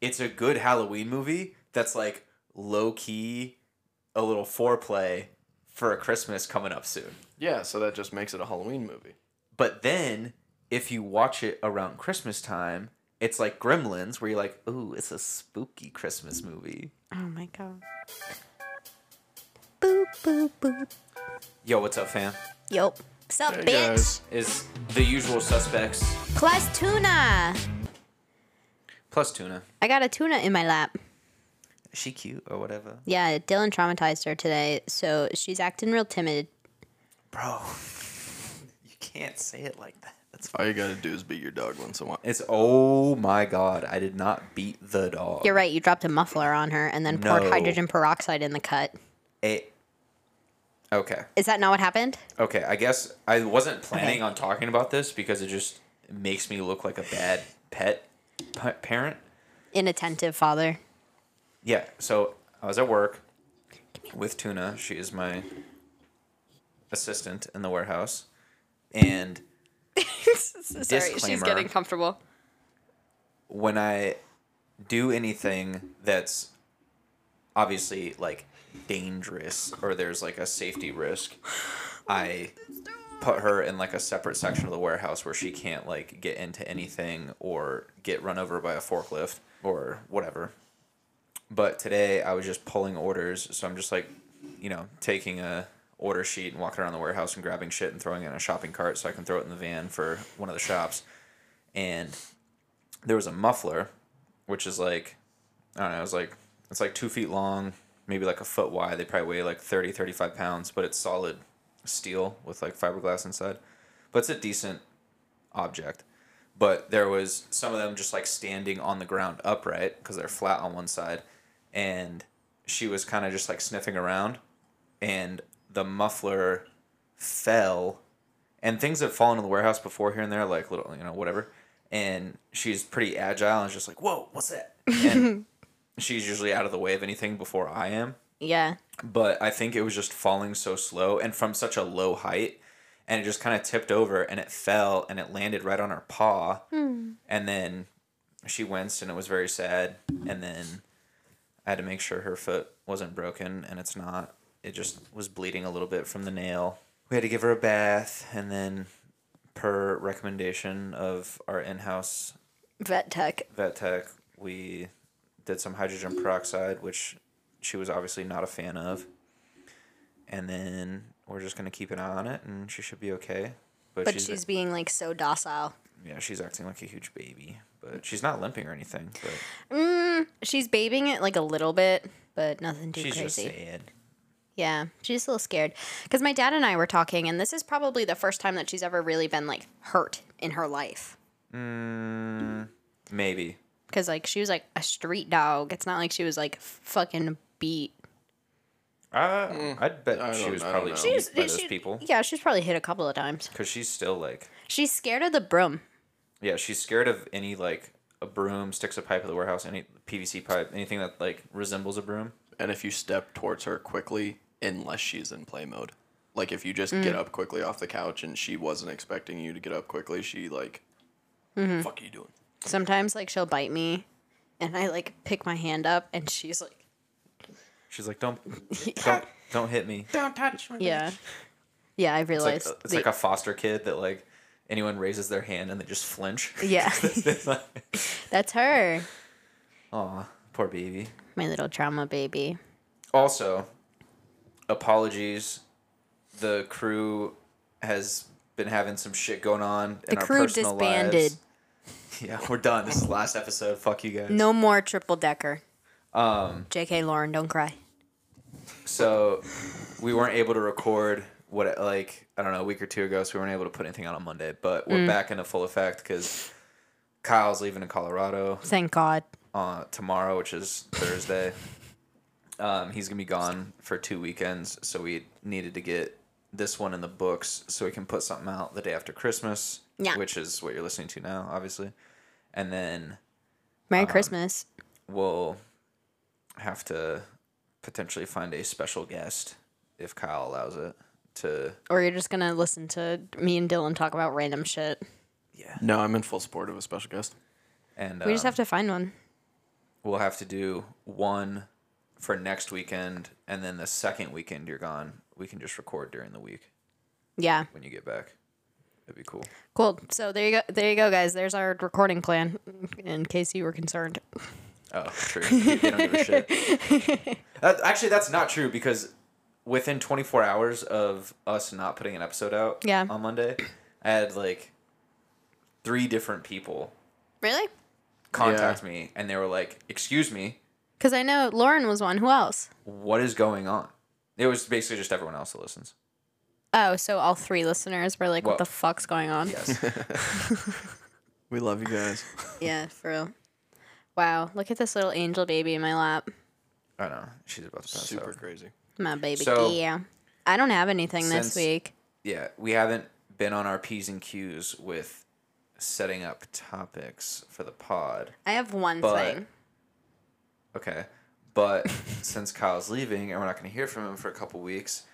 it's a good Halloween movie that's like low key, a little foreplay for a Christmas coming up soon. Yeah, so that just makes it a Halloween movie. But then if you watch it around Christmas time, it's like Gremlins, where you're like, ooh, it's a spooky Christmas movie. Oh my god. Boop boop boop. Yo, what's up, fam? Yo. What's up, Hey, bitch? guys. Is the usual suspects Plus tuna. plus tuna. I got a tuna in my lap. Is she cute or whatever? Yeah, Dylan traumatized her today, so she's acting real timid. Bro, you can't say it like that. That's All you gotta do is beat your dog once in a while. it's oh my god! I did not beat the dog. You're right, you dropped a muffler on her and then poured No. hydrogen peroxide in the cut. It- okay, Is that not what happened? okay. I guess I wasn't planning Okay. on talking about this because it just makes me look like a bad pet pa- parent. Inattentive father. Yeah, so I was at work with Tuna. She is my assistant in the warehouse. And Sorry, she's Disclaimer. getting comfortable. when I do anything that's obviously like dangerous or there's like a safety risk, I put her in like a separate section of the warehouse where she can't like get into anything or get run over by a forklift or whatever. But today I was just pulling orders, so I'm just like, you know, taking a order sheet and walking around the warehouse and grabbing shit and throwing it in a shopping cart so I can throw it in the van for one of the shops. And there was a muffler, which is like, I don't know, it was like, it's like two feet long, maybe like a foot wide. They probably weigh like 30, 35 pounds, but it's solid steel with like fiberglass inside. But it's a decent object. But there was some of them just like standing on the ground upright because they're flat on one side. And she was kind of just like sniffing around. And the muffler fell and things have fallen in the warehouse before here and there, like little, you know, whatever. And she's pretty agile and just like, whoa, what's that? And she's usually out of the way of anything before I am. Yeah. But I think it was just falling so slow and from such a low height. And it just kind of tipped over and it fell and it landed right on her paw. And then she winced and it was very sad. And then I had to make sure her foot wasn't broken, and it's not. It just was bleeding a little bit from the nail. We had to give her a bath, and then, per recommendation of our in house Vet tech. vet tech, we did some hydrogen peroxide, which she was obviously not a fan of. And then we're just going to keep an eye on it, and she should be okay. But, But she's, she's being like so docile. yeah, she's acting like a huge baby, but she's not limping or anything. But She's babying it like a little bit, but nothing too she's just crazy. sad. Yeah, she's a little scared because my dad and I were talking, and this is probably the first time that she's ever really been like hurt in her life. Maybe. Because like she was like a street dog. It's not like she was like fucking beat. Uh, I'd bet Mm. I she don't- was I don't probably know. beat She's, by those she- people Yeah, she's probably hit a couple of times. because she's still like, She's scared of the broom. yeah, she's scared of any like a broom, sticks a pipe in the warehouse, any PVC pipe, anything that like resembles a broom. And if you step towards her quickly, unless she's in play mode. Like if you just get up quickly off the couch and she wasn't expecting you to get up quickly, she like fuck are you doing? Sometimes like she'll bite me, and I like pick my hand up, and she's like, She's like, don't, don't, don't hit me. Don't touch me. yeah, yeah. I It's like, uh, realized. it's like a foster kid that like anyone raises their hand and they just flinch. yeah, that's her, Aw, poor baby. my little trauma baby. Also, apologies. The crew has been having some shit going on in The our crew personal lives. disbanded. Yeah, we're done. This is the last episode. Fuck you guys. No more triple decker. Um, J.K. Lauren, don't cry. So we weren't able to record what like I don't know a week or two ago, so we weren't able to put anything out on Monday. But Mm. we're back into full effect because Kyle's leaving to Colorado Thank God. uh, tomorrow, which is Thursday. Um, he's gonna be gone for two weekends, so we needed to get this one in the books so we can put something out the day after Christmas, Yeah. which is what you're listening to now, obviously. And then Merry Christmas. we'll have to potentially find a special guest if Kyle allows it to Or you're just gonna listen to me and Dylan talk about random shit. No, I'm in full support of a special guest. and um, We just have to find one. we'll have to do one for next weekend, and then the second weekend you're gone, we can just record during the week Yeah. when you get back. That'd be cool. Cool. So there you go. There you go, guys. There's our recording plan, in case you were concerned. Oh, true. they don't give a shit. That, actually, that's not true because within 24 hours of us not putting an episode out Yeah. on Monday, I had like three different people Really? contact me and they were like, Excuse me, Because I know Lauren was one. Who else? what is going on? It was basically just everyone else that listens. Oh, so all three listeners were like, "What Well- the fuck's going on?" Yes. We love you guys. Yeah, for real. Wow, look at this little angel baby in my lap, I know. She's about to pass Super out. crazy. my baby. So- yeah, I don't have anything this Since- week. Yeah, we haven't been on our P's and Q's with setting up topics for the pod. I have one but- thing. Okay. But since Kyle's leaving and we're not going to hear from him for a couple weeks,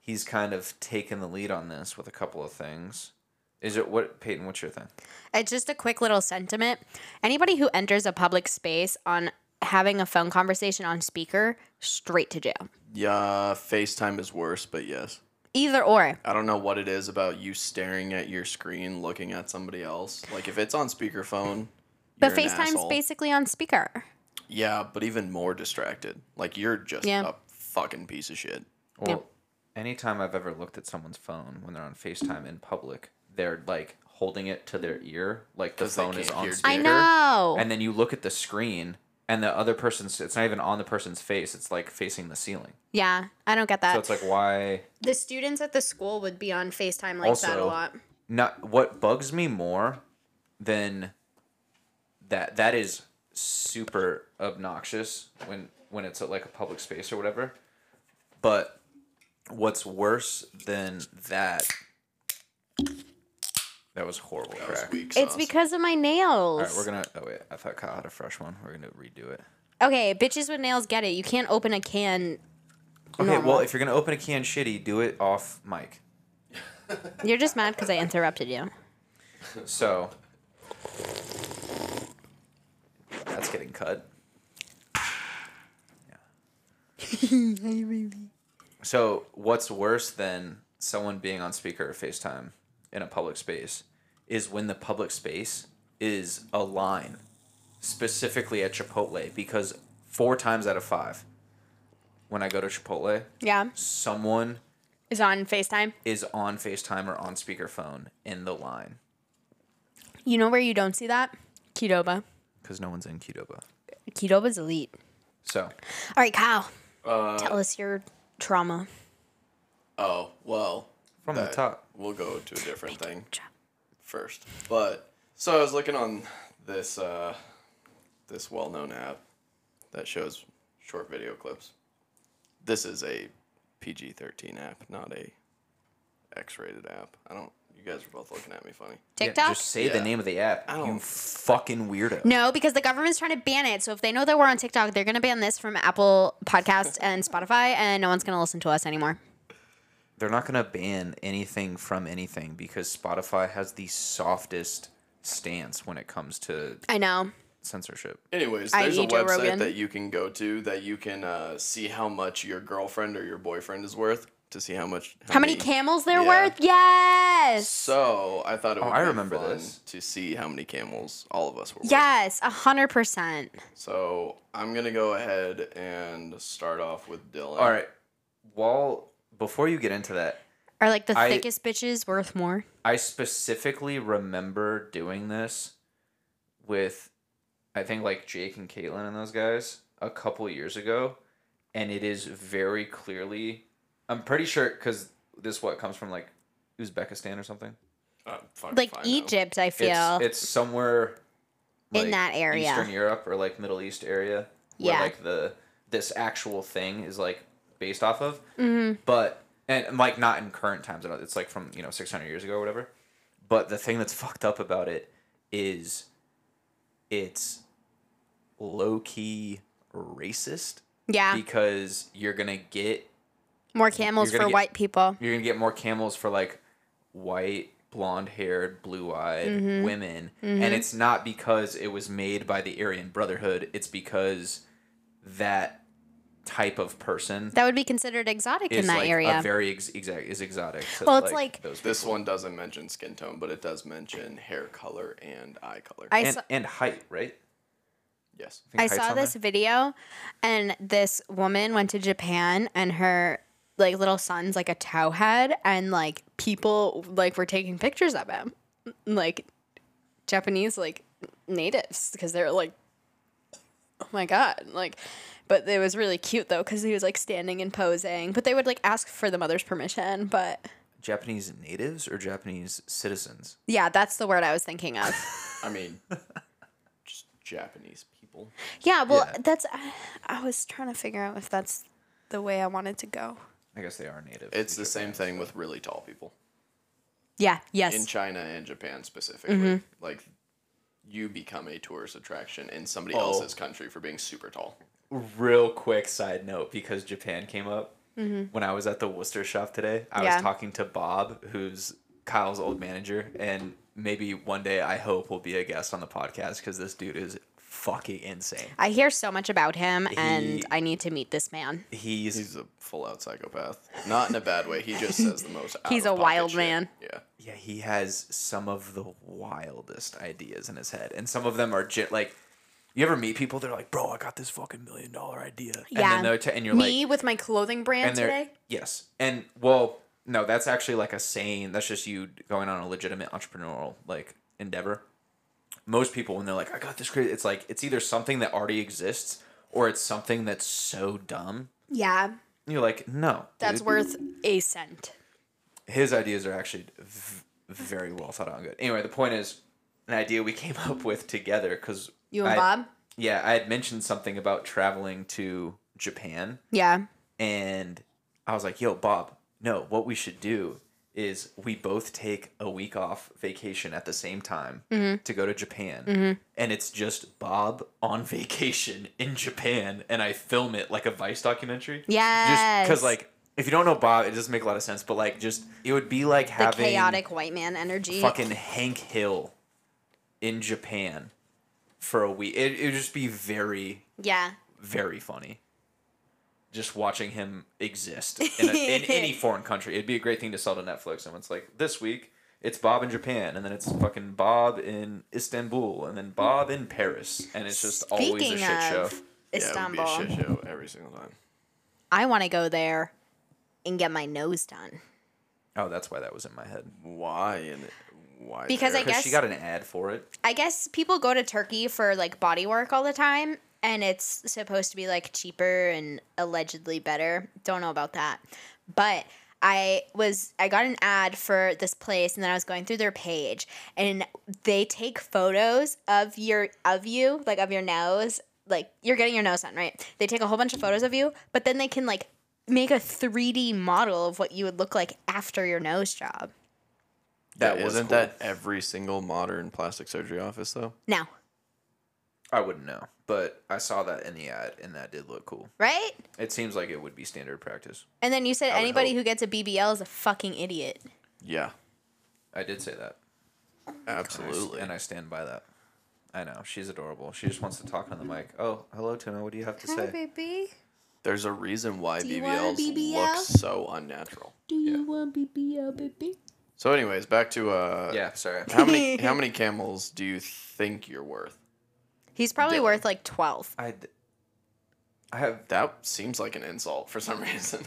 he's kind of taken the lead on this with a couple of things. Is it what Peyton? What's your thing? It's just a quick little sentiment. Anybody who enters a public space on having a phone conversation on speaker, straight to jail. Yeah, FaceTime is worse, but yes. Either or. I don't know what it is about you staring at your screen looking at somebody else. Like if it's on speakerphone, But you're an FaceTime's asshole. basically on speaker. Yeah, but even more distracted. Like you're just Yeah. a fucking piece of shit. Well, anytime I've ever looked at someone's phone when they're on FaceTime in public, they're like holding it to their ear, like the 'Cause they phone is can't on hear speaker. I know. And then you look at the screen, and the other person's. It's not even on the person's face. It's like facing the ceiling. yeah, I don't get that. So it's like why? the students at the school would be on FaceTime like that a Also- lot. not what bugs me more than that that is super obnoxious when when it's at like a public space or whatever but what's worse than that that was horrible That was crack. weak It's sauce. because of my nails. all right we're gonna oh wait i thought kyle had a fresh one we're gonna redo it okay, bitches with nails get it. You can't open a can. okay well Normal. if you're gonna open a can shitty do it off mic You're just mad because I interrupted you. so that's getting cut So, what's worse than someone being on speaker or FaceTime in a public space is when the public space is a line, specifically at Chipotle, because four times out of five, when I go to Chipotle, yeah, someone is on FaceTime. is on FaceTime or on speakerphone in the line You know where you don't see that? Qdoba. because no one's in Qdoba. Qdoba's elite. So, All right, Kyle. Uh, tell us your trauma. Oh, well. from the that- top, We'll go to a different thing. Tra- first. But so I was looking on this uh, this well known app that shows short video clips. This is a PG thirteen app, not a X rated app. I don't. You guys are both looking at me funny. Yeah, TikTok? just say the Yeah. name of the app. I You don't- fucking weirdo. no, because the government's trying to ban it. So if they know that we're on TikTok, they're going to ban this from Apple Podcasts and Spotify, and no one's going to listen to us anymore. they're not going to ban anything from anything because Spotify has the softest stance when it comes to I know. censorship. Anyways, I there's a need Joe website Rogan. that you can go to that you can uh, see how much your girlfriend or your boyfriend is worth to see how much How many camels there Yeah. were? Yes. So I thought it would Oh, I be remember fun this. to see how many camels all of us were. worth. Yes, a 100%. So I'm gonna go ahead and start off with Dylan. All right. While before you get into that, Are like the I- thickest bitches worth more? I specifically remember doing this with I think like Jake and Caitlin and those guys a couple years ago, and it is very clearly I'm pretty sure because this what comes from like Uzbekistan or something. Uh, fuck Like if I know. Egypt, I feel. It's, it's somewhere In that area. Eastern Europe or like Middle East area, where Yeah. like the this actual thing is like based off of. Mm-hmm. But and like not in current times at all. It's like from you know 600 years ago or whatever. But the thing that's fucked up about it is it's low key racist yeah. because you're gonna get More camels you're for gonna get- white people. you're gonna get more camels for like white blonde haired, blue eyed Mm-hmm. women. And it's not because it was made by the Aryan Brotherhood, it's because that type of person That would be considered exotic is in that like area. a very ex- exact is exotic. to, Well, it's like- those This one doesn't mention skin tone, but it does mention hair color and eye color. I and, saw, and height, right? yes. think I height's saw on there? this video, and this woman went to Japan, and her like little son's like a towhead, and like people like were taking pictures of him, like Japanese like natives, because they're like, oh my god, like. But it was really cute though, because he was like standing and posing. But they would like ask for the mother's permission. But Japanese natives or Japanese citizens? yeah, that's the word I was thinking of. I mean, just Japanese people. yeah, well, Yeah. that's. I, I was trying to figure out if that's the way I wanted to go. I guess they are native. It's the same thing with really tall people Yeah. Yes. Mm-hmm. in China and Japan specifically. Like, you become a tourist attraction in somebody else's country for being super tall. Real quick side note because Japan came up. When I was at the Worcester shop today, I Mm-hmm. Yeah. was talking to Bob, who's Kyle's old manager, and maybe one day I hope will be a guest on the podcast because this dude is fucking insane. I hear so much about him, He- and I need to meet this man. He's He's a full out psychopath. Not in a bad way. He just says the most. Out He's of a pocket wild shit. man. Yeah. yeah, he has some of the wildest ideas in his head, and some of them are j- like. You ever meet people? They're like, "Bro, I got this fucking million dollar idea," yeah, and then they're t- and you're like, me with my clothing brand and they're today. yes and well no that's actually like a saying that's just you going on a legitimate entrepreneurial like endeavor most people when they're like i got this crazy it's like it's either something that already exists or it's something that's so dumb Yeah, And you're like no that's dude. worth a cent. his ideas are actually v- very well thought out and good anyway the point is an idea we came up with together because You and Bob. yeah i had mentioned something about traveling to japan Yeah. and I was like, "Yo, Bob, no, what we should do is we both take a week off vacation at the same time Mm-hmm. to go to Japan, and it's just Bob on vacation in Japan, and I film it like a Vice documentary. Yes. because like if you don't know Bob, it doesn't make a lot of sense, but like just it would be like the having chaotic white man energy. fucking Hank Hill in Japan for a week. It it would just be very yeah. very funny. Just watching him exist in, a, in any foreign country, it'd be a great thing to sell to Netflix. And it's like this week, it's Bob in Japan, and then it's fucking Bob in Istanbul, and then Bob in Paris, and it's just always a Speaking shit show. of Istanbul, Yeah, it would be a shit show every single time. I want to go there and get my nose done Oh, that's why that was in my head Why and why? Because I there? because she guess- got an ad for it. I guess people go to Turkey for like body work all the time, and it's supposed to be like cheaper and allegedly better. Don't know about that, but I was I got an ad for this place, and then I was going through their page, and they take photos of your of you like of your nose, like you're getting your nose done, right? They take a whole bunch of photos of you, but then they can like make a 3D model of what you would look like after your nose job. That Yeah, was isn't cool. that every single modern plastic surgery office though? Now, I wouldn't know, but I saw that in the ad, and that did look cool. right? It seems like it would be standard practice. And then you said would anybody hope. who gets a BBL is a fucking idiot. Yeah, I did say that. absolutely. And I stand by that. I know. She's adorable. She just wants to talk on the mic. Oh, hello, Tuna. What do you have to say? baby. There's a reason why you want BBLs a BBL? look so unnatural. Do you want BBL, baby? So, anyways, back to uh, Yeah, sorry. How many how many camels do you think you're worth? He's probably Dylan. worth like 12. I, d- I have. That seems like an insult for some reason.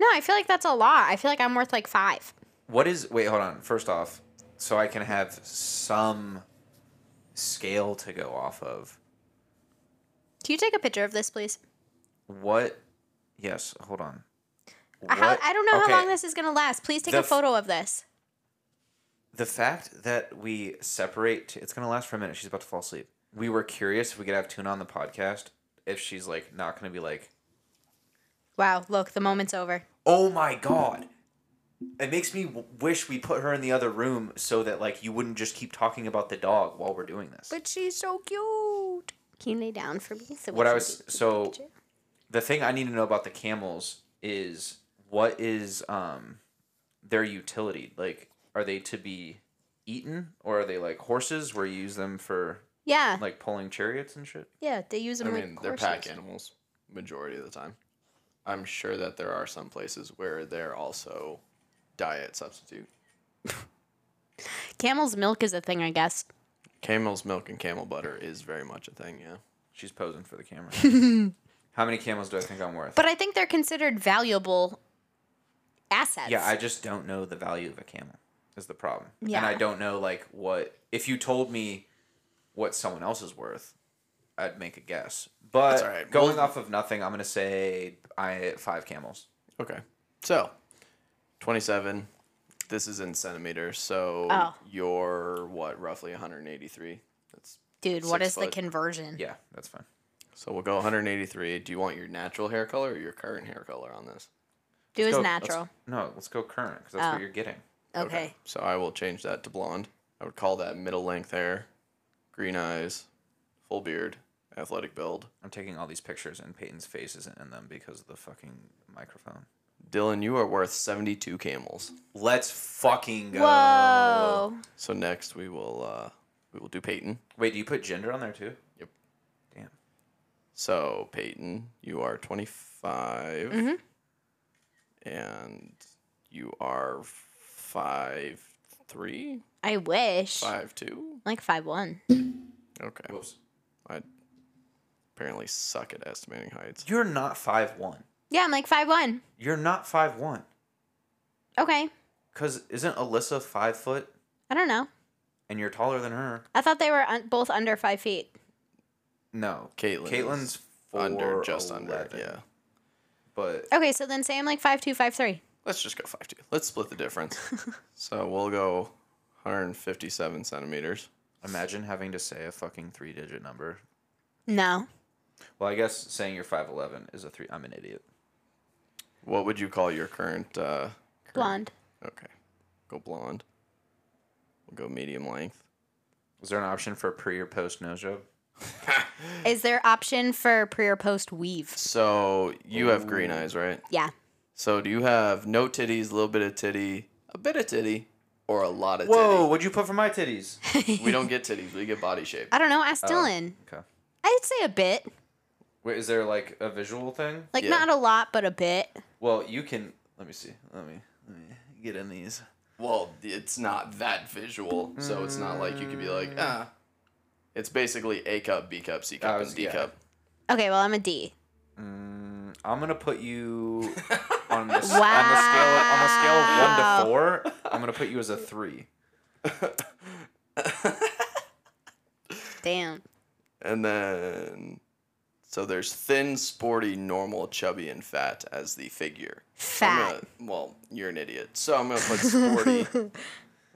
No, I feel like that's a lot. I feel like I'm worth like five. What is. Wait, hold on. First off, so I can have some scale to go off of. Can you take a picture of this, please? What. Yes, hold on. Uh, How, What- I don't know okay, how long this is going to last. Please take The a f- photo of this. The fact that we separate. It's going to last for a minute. She's about to fall asleep. We were curious if we could have Tuna on the podcast if she's like not going to be like Wow, look, the moment's over. oh my god it makes me w- wish we put her in the other room so that like you wouldn't just keep talking about the dog while we're doing this But she's so cute. Can you lay down for me? So we what i can was do the so picture? the thing i need to know about the camels is what is um their utility like are they to be eaten or are they like horses where you use them for Yeah, like pulling chariots and shit? yeah, they use them I like mean, they're horses. pack animals majority of the time. I'm sure that there are some places where they're also diet substitute. Camel's milk is a thing, I guess. Camel's milk and camel butter is very much a thing, yeah. She's posing for the camera. How many camels do I think I'm worth? But I think they're considered valuable assets. yeah, I just don't know the value of a camel is the problem. And I Yeah. don't know like what if you told me what someone else is worth, I'd make a guess. But That's all right. going We'll- off of nothing, I'm gonna say I five camels. Okay. So, 27. This is in centimeters, so Oh. you're what, roughly 183? That's dude, what six is the foot. conversion? Yeah, that's fine. So we'll go 183. Do you want your natural hair color or your current hair color on this? Do is go- natural. No, let's go current because that's Oh. what you're getting. Okay. So I will change that to blonde. I would call that middle length hair, green eyes, full beard, athletic build. I'm taking all these pictures and Peyton's face isn't in them because of the fucking microphone. Dylan, you are worth 72 camels. Let's fucking go. Whoa. So next we will uh, we will do Peyton. Wait, do you put gender on there too? Yep. Damn. So Peyton, you are 25, and you are five three, I wish. five two. Like five one. Okay, Whoops. I apparently suck at estimating heights. You're not five one. Yeah, I'm like five one. You're not five one. Okay. Cause isn't Alyssa five foot I don't know. and you're taller than her? I thought they were un- both under five feet. No. Caitlyn Caitlin's is under, just under. 4'11", Yeah, But Okay, so then say I'm like five two, five three. let's just go five two. Let's split the difference. so we'll go 157 centimeters. imagine having to say a fucking three digit number. No. Well, I guess saying you're five eleven is a three I'm an idiot. What would you call your current? Uh, current- Blonde. Okay, go blonde. We'll go medium length. Is there an option for pre or post nose job? Is there option for pre or post weave? So you have green eyes, right? Yeah. So do you have no titties, a little bit of titty, a bit of titty, or a lot of Whoa, what'd you put for my titties? titty? We don't get titties, we get body shape. I don't know. Uh, Ask Dylan. okay. I'd say a bit. Wait, is there like a visual thing? Like Yeah. not a lot, but a bit. Well, you can. Let me see. Let me let me get in these. Well, it's not that visual, so it's not like you could be like, ah. It's basically A cup, B cup, C I cup, was- and D yeah. cup. Okay, well I'm a D. Mm, I'm gonna put you on the, s- on the scale on the scale of one to Wow. four. I'm gonna put you as a three. Damn. And then so there's thin, sporty, normal, chubby, and fat as the figure. I'm Fat. gonna- well, you're an idiot. So I'm gonna put sporty,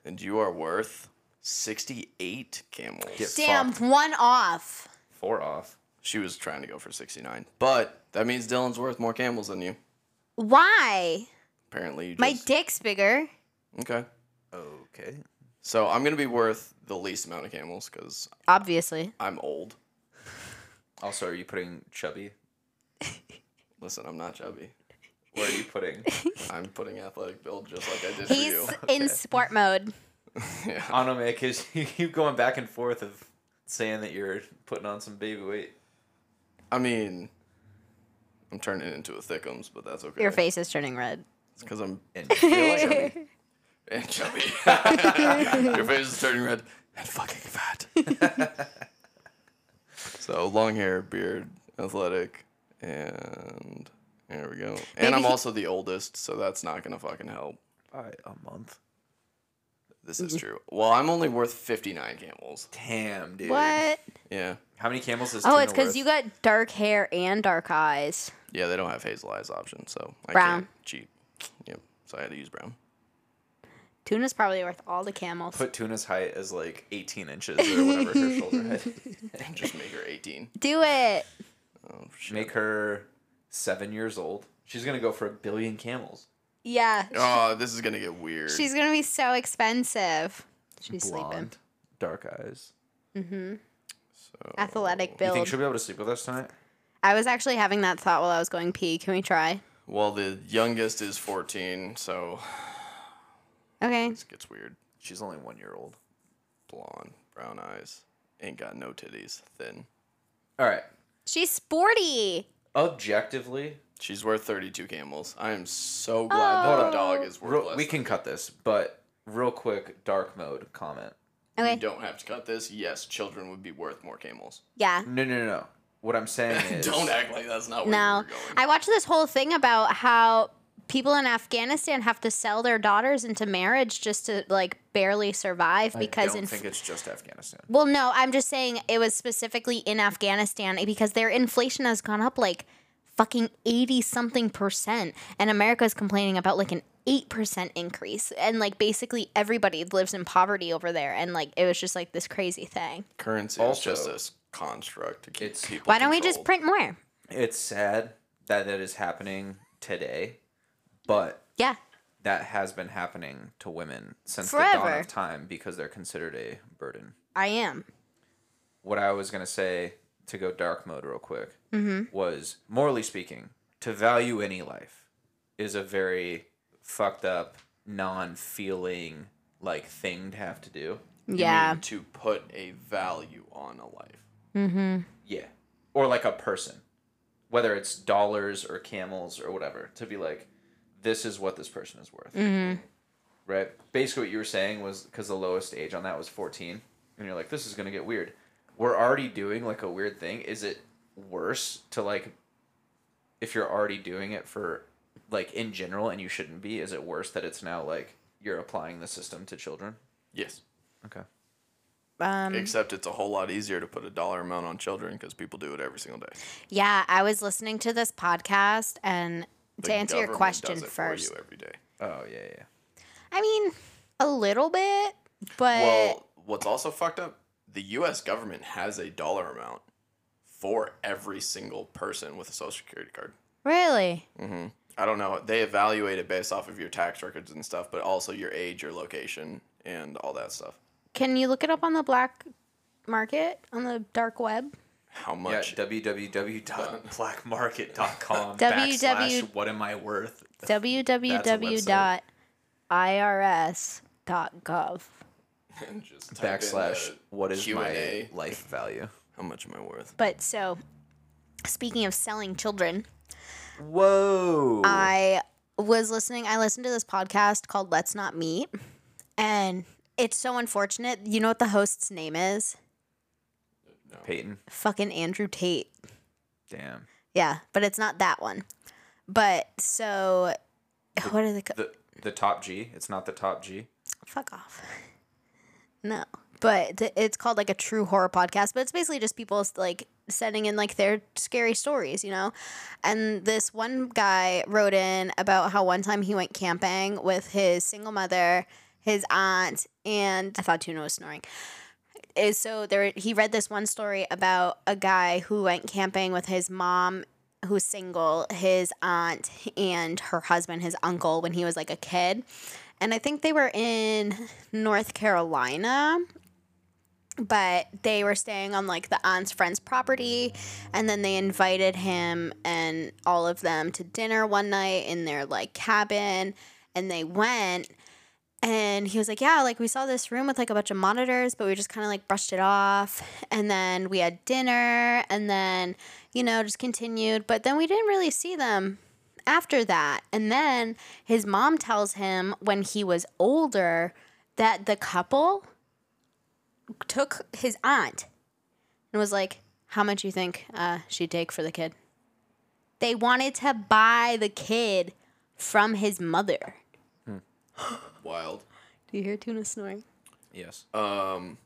and you are worth sixty-eight camels. Get Damn, fucked. one off. Four off. She was trying to go for sixty-nine, but that means Dylan's worth more camels than you. Why? Apparently, you My just, dick's bigger. okay. Okay. So I'm gonna be worth the least amount of camels because Obviously. I'm old. Also, are you putting chubby? Listen, I'm not chubby. Where are you putting? I'm putting athletic build just like I did for He's you. in sport mode. yeah. I don't know, man, because you keep going back and forth of saying that you're putting on some baby weight. I mean, I'm turning into a thickums, but that's okay. Your face is turning red. because I'm And chubby. and chubby. Your face is turning red and fucking fat. so long hair, beard, athletic, and there we go. And Maybe I'm he- also the oldest, so that's not gonna fucking help. by a month. This is Mm-hmm. true. Well, I'm only worth 59 camels. Damn, dude. What? Yeah, How many camels is? Oh, Tina it's because worth? you got dark hair and dark eyes. yeah, they don't have hazel eyes option, so I Brown. can't cheat. Yep, so I had to use brown. Tuna's probably worth all the camels. put Tuna's height as like 18 inches or whatever her shoulder height. Just make her 18. Do it. Oh shit. Make her seven years old. She's gonna go for a billion camels. Yeah. Oh, this is gonna get weird. She's going to be so expensive. She's sleeping. Blonde, dark eyes. so, Athletic You build. think she'll be able to sleep with us tonight? I was actually having that thought while I was going pee. Can we try? Well, the youngest is 14, so Okay. This gets weird. She's only one year old. Blonde, brown eyes, ain't got no titties, thin. All right. She's sporty. Objectively, She's worth 32 camels. I am so glad that Oh. the dog is worth real- less. we can cut this, but real quick, dark mode comment. Okay. You don't have to cut this. Yes, children would be worth more camels. Yeah. No, no, no, no. What I'm saying is, don't act like that's not where No. you were going. I watched this whole thing about how people in Afghanistan have to sell their daughters into marriage just to like barely survive I because don't in think it's just Afghanistan. Well, no, I'm just saying it was specifically in Afghanistan because their inflation has gone up like fucking 80 something percent. And America's complaining about like an 8% increase. And like basically everybody lives in poverty over there. And like it was just like this crazy thing. Currency Also- is just this construct to keep It's- people. Why don't we just controlled. print more? It's sad that that is happening today, but Yeah. that has been happening to women since the dawn Forever. of time because they're considered a burden. I am. What I was gonna say to go dark mode real quick was morally speaking, to value any life is a very fucked up, non-feeling like thing to have to do. You mean Yeah. to put a value on a life. Yeah. Or like a person. Whether it's dollars or camels or whatever, to be like, this is what this person is worth. Right? Basically, what you were saying was because the lowest age on that was 14. And you're like, this is going to get weird. We're already doing like a weird thing. Is it worse to like, if you're already doing it for like in general and you shouldn't be, is it worse that it's now like you're applying the system to children? Yes. Okay. Um, Except it's a whole lot easier to put a dollar amount on children because people do it every single day. yeah. I was listening to this podcast and The to answer your government question does it for first, you every day. Oh, yeah, yeah. I mean, a little bit, but Well, what's also fucked up, the US government has a dollar amount for every single person with a social security card. really. I don't know. They evaluate it based off of your tax records and stuff, but also your age, your location, and all that stuff. Can you look it up on the black market on the dark web? How Yeah, much? www.blackmarket.com www backslash what am I worth? www.irs.gov. and just type in Backslash the what is my Q&A. life value? How much am I worth? But so, speaking of selling children, Whoa. I was listening. I listened to this podcast called Let's Not Meet, and it's so unfortunate. You know what the host's name is? Peyton. Fucking Andrew Tate. Damn. Yeah, but it's not that one. But so, what are they? co- The the top G. It's not the top G. fuck off. No, but th- it's called like a true horror podcast, but it's basically just people like sending in like their scary stories, you know? And this one guy wrote in about how one time he went camping with his single mother, his aunt, and I thought Tuna was snoring. Is so there he read this one story about a guy who went camping with his mom who's single, his aunt and her husband, his uncle when he was like a kid and I think they were in North Carolina, but they were staying on like the aunt's friend's property, and then they invited him and all of them to dinner one night in their like cabin, and they went. And he was like, Yeah, like we saw this room with like a bunch of monitors, but we just kind of like brushed it off. And then we had dinner and then, you know, just continued. But then we didn't really see them after that. And then his mom tells him when he was older that the couple took his aunt and was like, How much you think uh, she'd take for the kid? They wanted to buy the kid from his mother. Wild. Do you hear Tuna snoring? Yes. Um,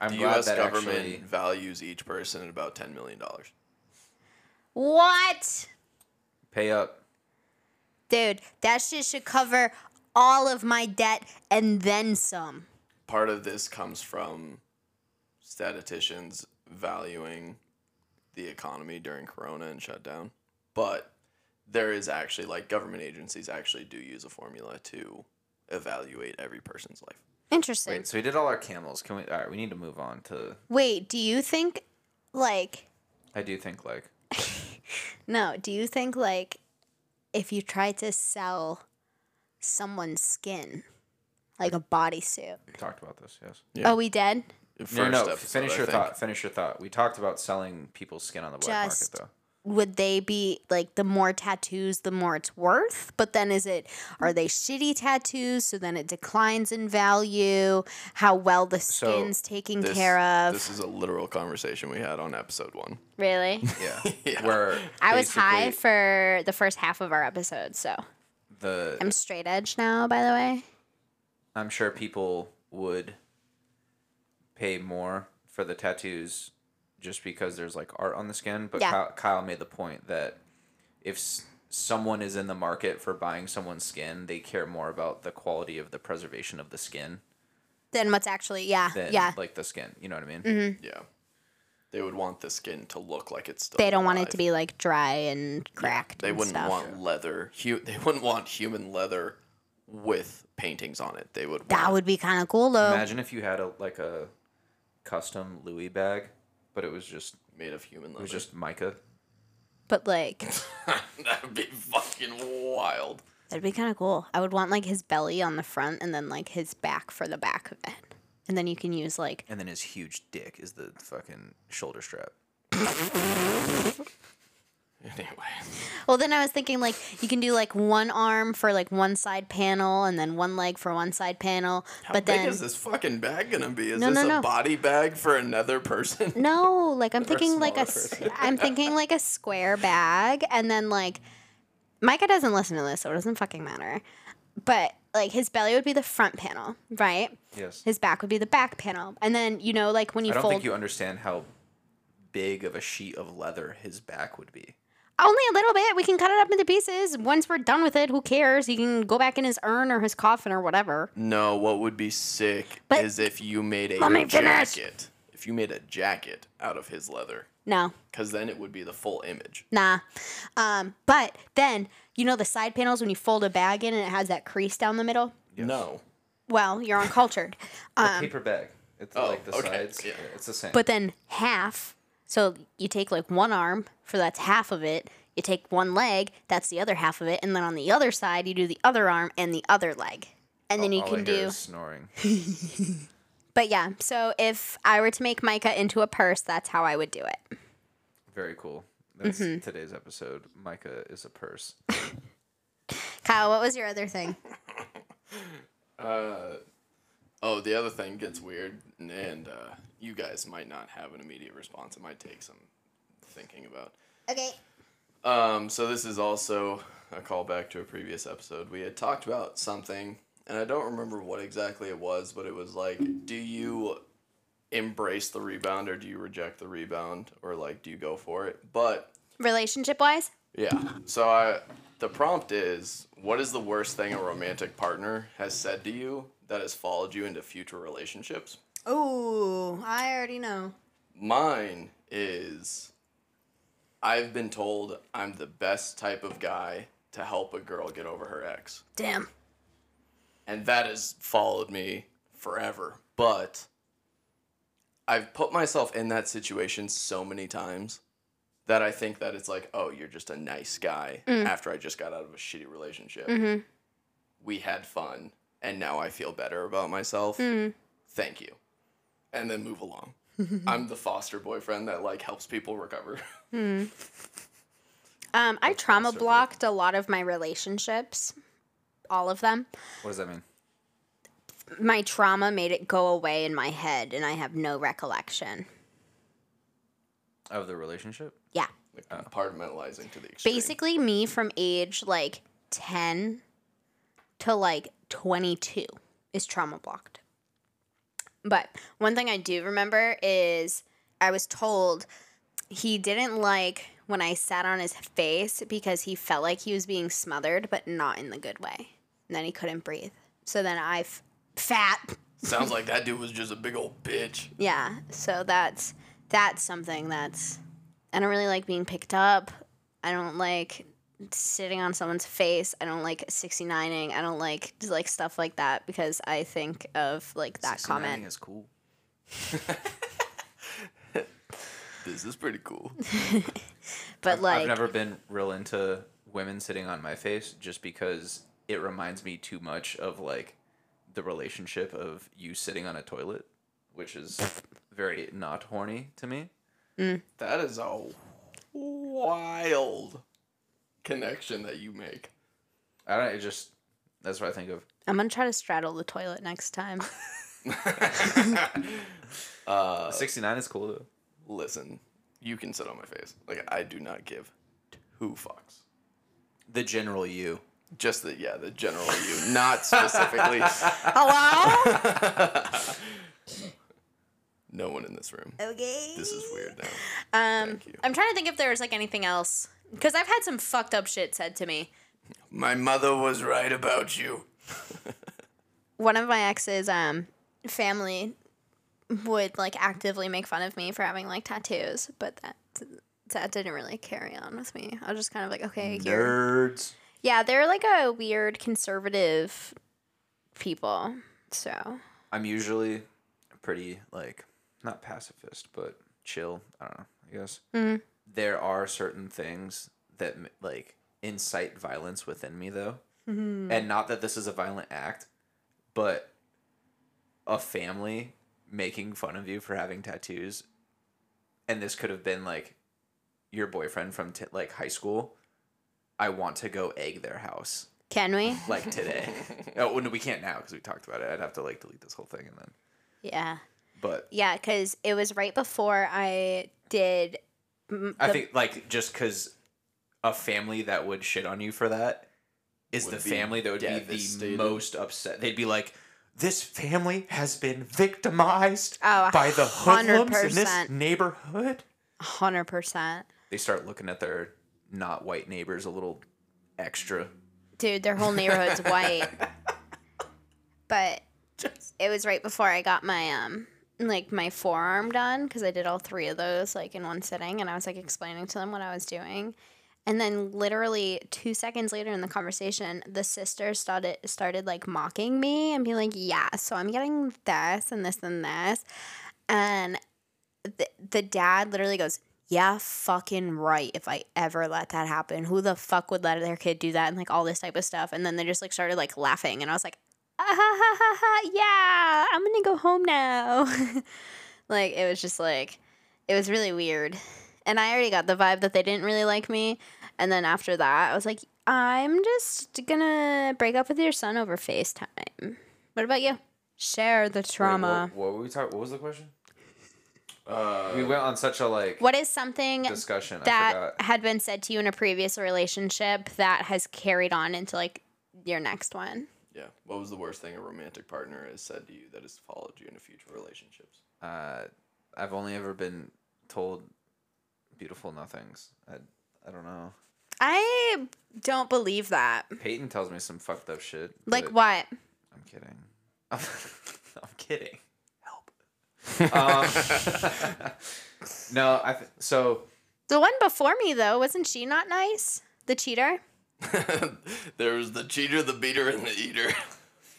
I'm the glad U.S. that government actually. values each person at about ten million dollars. What? Pay up. Dude, that shit should cover all of my debt and then some. Part of this comes from statisticians valuing the economy during Corona and shutdown, but there is actually like government agencies actually do use a formula to evaluate every person's life. Interesting. Wait, so we did all our camels. Can we? All right, we need to move on to. Wait, do you think, like, I do think like No, do you think like if you try to sell someone's skin like a bodysuit. We talked about this, yes. Yeah. Oh, we did. First no, no, no. episode, finish I your think. thought. Finish your thought. We talked about selling people's skin on the black Just- market, Would they be like the more tattoos, the more it's worth? But then is it are they shitty tattoos? So then it declines in value. How well the So, skin's taken This- care of. This is a literal conversation we had on episode one. really, though. Yeah. Yeah. Where I was high basically for the first half of our episode, so the I'm straight edge now. By the way, I'm sure people would pay more for the tattoos just because there's like art on the skin. But Yeah. Kyle, Kyle made the point that if s- someone is in the market for buying someone's skin, they care more about the quality of the preservation of the skin then what's actually yeah than yeah Mm-hmm. like the skin. You know what I mean? Yeah. They would want the skin to look like it's still. they don't want it alive. to be like dry and cracked. They and wouldn't stuff. want leather. Hu- they wouldn't want human leather with paintings on it. They would. That want, would be kind of cool though. Imagine if you had a like a custom Louis bag, but it was just made of human it leather. was just mica. But like that would be fucking wild. that'd be kind of cool. I would want like his belly on the front and then like his back for the back of it. And then you can use like And then his huge dick is the fucking shoulder strap. Anyway, well then I was thinking like you can do like one arm for like one side panel and then one leg for one side panel. how but big then is this fucking bag gonna be? Is No, this no, a no. body bag for another person? No, like I'm thinking like a smaller s- person. I'm thinking like a square bag and then like Micah doesn't listen to this, so it doesn't fucking matter. But like his belly would be the front panel, right? Yes. His back would be the back panel. And then you know like when you I don't fold think you understand how big of a sheet of leather his back would be. Only a little bit. We can cut it up into pieces. Once we're done with it, who cares? He can go back in his urn or his coffin or whatever. No, what would be sick But- is if you made a Let me finish. jacket. If you made a jacket out of his leather, No, because then it would be the full image. nah. Um, but then you know the side panels when you fold a bag in and it has that crease down the middle. No. Well, you're uncultured. a paper bag. It's Oh, like the okay, sides. yeah. It's the same. Um, but then half. So you take like one arm for that's half of it. You take one leg, that's the other half of it, and then on the other side you do the other arm and the other leg. And then you All I can hear do is snoring. But yeah, so if I were to make Micah into a purse, that's how I would do it. Very cool. That's Mm-hmm. today's episode. Micah is a purse. Kyle, what was your other thing? Oh, the other thing gets weird, and uh, you guys might not have an immediate response. It might take some thinking about. Okay. Um, so this is also a callback to a previous episode. We had talked about something, and I don't remember what exactly it was, but it was like, do you embrace the rebound or do you reject the rebound, or like, do you go for it? But Relationship wise? yeah, so I the prompt is, what is the worst thing a romantic partner has said to you that has followed you into future relationships? Oh, I already know. Mine is I've been told I'm the best type of guy to help a girl get over her ex. Damn. And that has followed me forever. But I've put myself in that situation so many times that I think that it's like, oh, you're just a nice guy after I just got out of a shitty relationship. We had fun and now I feel better about myself. Thank you. And then move along. I'm the foster boyfriend that like helps people recover. Um, I trauma blocked a lot of my relationships, all of them. What does that mean? My trauma made it go away in my head, and I have no recollection. Of the relationship? Yeah. like compartmentalizing to the extreme. Basically, me from age like 10 to like 22 is trauma blocked. But one thing I do remember is I was told he didn't like when I sat on his face because he felt like he was being smothered, but not in the good way. And then he couldn't breathe. So then I, f- fat. Sounds like that dude was just a big old bitch. Yeah. So that's that's something that's I don't really like being picked up. I don't like sitting on someone's face. I don't like 69ing. I don't like just like stuff like that because I think of like that 69ing comment. is cool. This is pretty cool. But like I've never been real into women sitting on my face just because it reminds me too much of like the relationship of you sitting on a toilet, which is very not horny to me. That is a wild connection that you make. I don't. It just that's what I think of. I'm gonna try to straddle the toilet next time. uh, Sixty nine is cool though. listen, you can sit on my face. Like I do not give two fucks. The general you. Just the yeah, the general you, not specifically. Hello? no one in this room. okay. This is weird now. Um, Thank you. I'm trying to think if there was like anything else because I've had some fucked up shit said to me. My mother was right about you. One of my ex's um family would like actively make fun of me for having like tattoos, but that that didn't really carry on with me. I was just kind of like, okay, you're- Nerds. yeah, they're like a weird conservative people. So I'm usually pretty like not pacifist, but chill. I don't know. I guess there are certain things that m- like incite violence within me, though, and not that this is a violent act, but a family making fun of you for having tattoos, and this could have been like your boyfriend from t- like high school. I want to go egg their house can we? like today. oh no, we can't now because we talked about it. I'd have to like delete this whole thing and then. Yeah, But yeah, because it was right before I did. Um, I think like just because a family that would shit on you for that is Would the be family that would be the devastated. most upset. They'd be like, "This family has been victimized Oh, a by the hoodlums in this 100%. neighborhood." Hundred percent. They start looking at their not white neighbors a little extra. Dude, their whole neighborhood's white. But it was right before I got my um like my forearm done because I did all three of those like in one sitting, and I was like explaining to them what I was doing, and then literally two seconds later in the conversation, the sister started started like mocking me and being like, "Yeah, so I'm getting this and this and this," and the, the dad literally goes, Yeah, fucking right. If I ever let that happen, who the fuck would let their kid do that and like all this type of stuff? And then they just like started like laughing. And I was like, ah, ha, ha, ha, ha, Yeah, I'm gonna go home now. like, it was just like, it was really weird. And I already got the vibe that they didn't really like me. And then after that, I was like, I'm just gonna break up with your son over FaceTime. What about you? Share the trauma. what, were we talking? What was the question? Uh, We went on such a like what is something discussion. I that forgot. had been said to you in a previous relationship that has carried on into like your next one. yeah. What was the worst thing a romantic partner has said to you that has followed you into future relationships? uh, I've only ever been told beautiful nothings. I, I don't know. I don't believe that. Peyton tells me some fucked up shit. Like but what? I'm kidding. I'm, kidding. Help. um, no, I th- so The one before me though, wasn't she not nice? The cheater? there was the cheater, the beater, and the eater.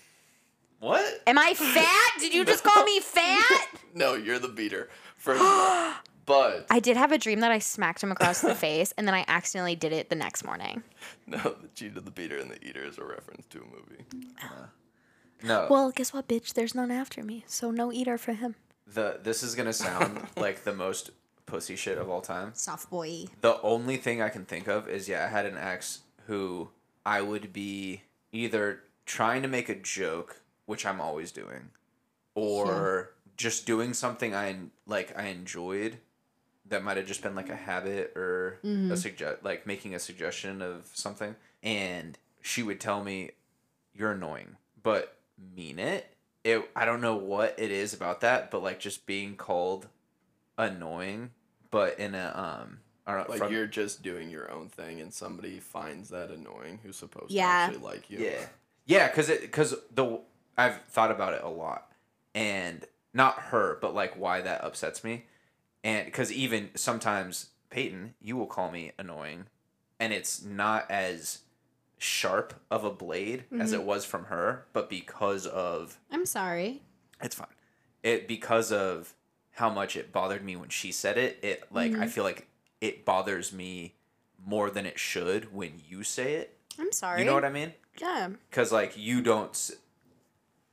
what? Am I fat? Did you just call me fat? no, you're the beater. First of all. But I did have a dream that I smacked him across the face and then I accidentally did it the next morning. no, the cheater, the beater, and the eater is a reference to a movie. No. Well, guess what, bitch? There's none after me, so no eater for him. the this is gonna sound like the most pussy shit of all time. Soft boy. The only thing I can think of is yeah, I had an ex who I would be either trying to make a joke, which I'm always doing, or just doing something I en- like I enjoyed that might have just been like a habit or a suggest like making a suggestion of something and she would tell me you're annoying but mean it it i don't know what it is about that but like just being called annoying but in a um i don't know Like from- you're just doing your own thing, and somebody finds that annoying who's supposed Yeah. to actually like you. Yeah, yeah, because it because the I've thought about it a lot, and not her, but like why that upsets me, and because even sometimes Peyton, you will call me annoying, and it's not as sharp of a blade as it was from her, but because of I'm sorry. it's fine. It because of how much it bothered me when she said it. It like I feel like it bothers me more than it should when you say it. I'm sorry. You know what I mean? Yeah. because like you don't s-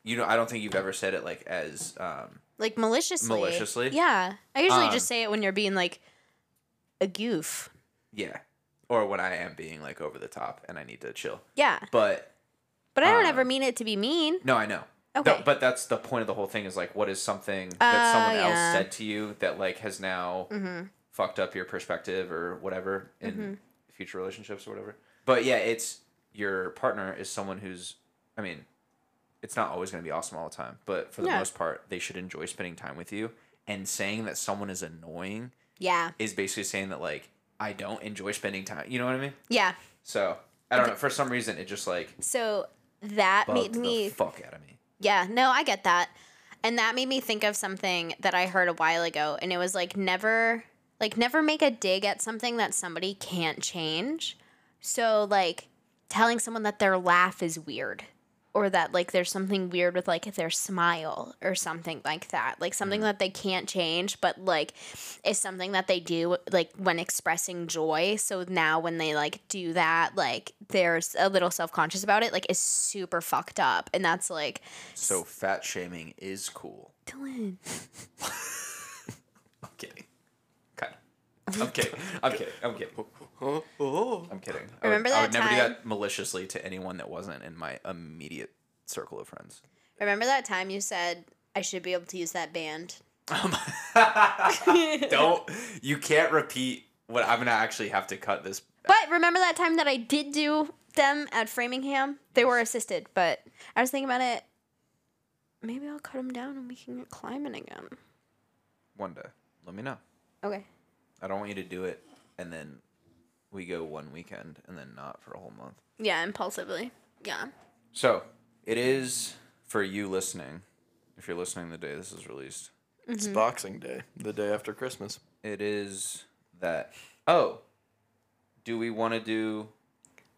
you know, I don't think you've ever said it like as um, Like maliciously. Maliciously? Yeah. I usually Um, just say it when you're being like a goof. yeah, or when I am being like over the top and I need to chill. Yeah. But But I don't um, ever mean it to be mean. no, I know. Okay. but that's the point of the whole thing is like, what is something Uh, that someone yeah. Mm-hmm. else said to you that like has now fucked up your perspective or whatever in future relationships or whatever. But yeah, it's your partner is someone who's, I mean, it's not always going to be awesome all the time, but for the Yeah. most part, they should enjoy spending time with you. And saying that someone is annoying Yeah. is basically saying that like I don't enjoy spending time. You know what I mean? Yeah. So I don't know. For some reason, it just like So that bugged made the me fuck out of me. Yeah, no, I get that. And that made me think of something that I heard a while ago and it was like never like never make a dig at something that somebody can't change. So like telling someone that their laugh is weird or that like there's something weird with like their smile or something like that. Like something that they can't change but like is something that they do like when expressing joy. So now when they like do that like there's a little self-conscious about it like is super fucked up and that's like So fat shaming is cool. Dylan. I'm kidding. Kind of. I'm kidding. I'm kidding. I'm kidding. Oh, oh. I'm kidding. Remember I would, I that would never do time- that maliciously to anyone that wasn't in my immediate circle of friends. Remember that time you said I should be able to use that band? Um, don't. You can't repeat what I'm gonna actually have to cut this. But remember that time that I did do them at Framingham? They were assisted, but I was thinking about it. Maybe I'll cut them down and we can get climbing again. One day, let me know. Okay. I don't want you to do it, and then we go one weekend and then not for a whole month. Yeah, impulsively. Yeah. So it is for you listening. If you're listening the day this is released, It's Boxing Day, the day after Christmas. it is that. Oh, do we want to do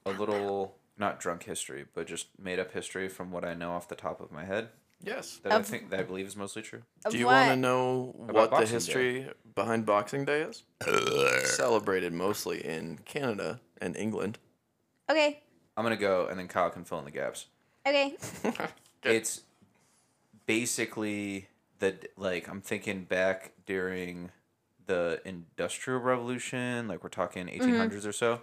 a little not drunk history, but just made up history from what I know off the top of my head Yes. that I Of- think that I believe is mostly true? Do you What? want to know what the Boxing Day? history behind Boxing Day is? Celebrated mostly in Canada and England. Okay. I'm gonna go, and then Kyle can fill in the gaps. Okay. It's basically the like I'm thinking back during the Industrial Revolution, like we're talking 1800s or so,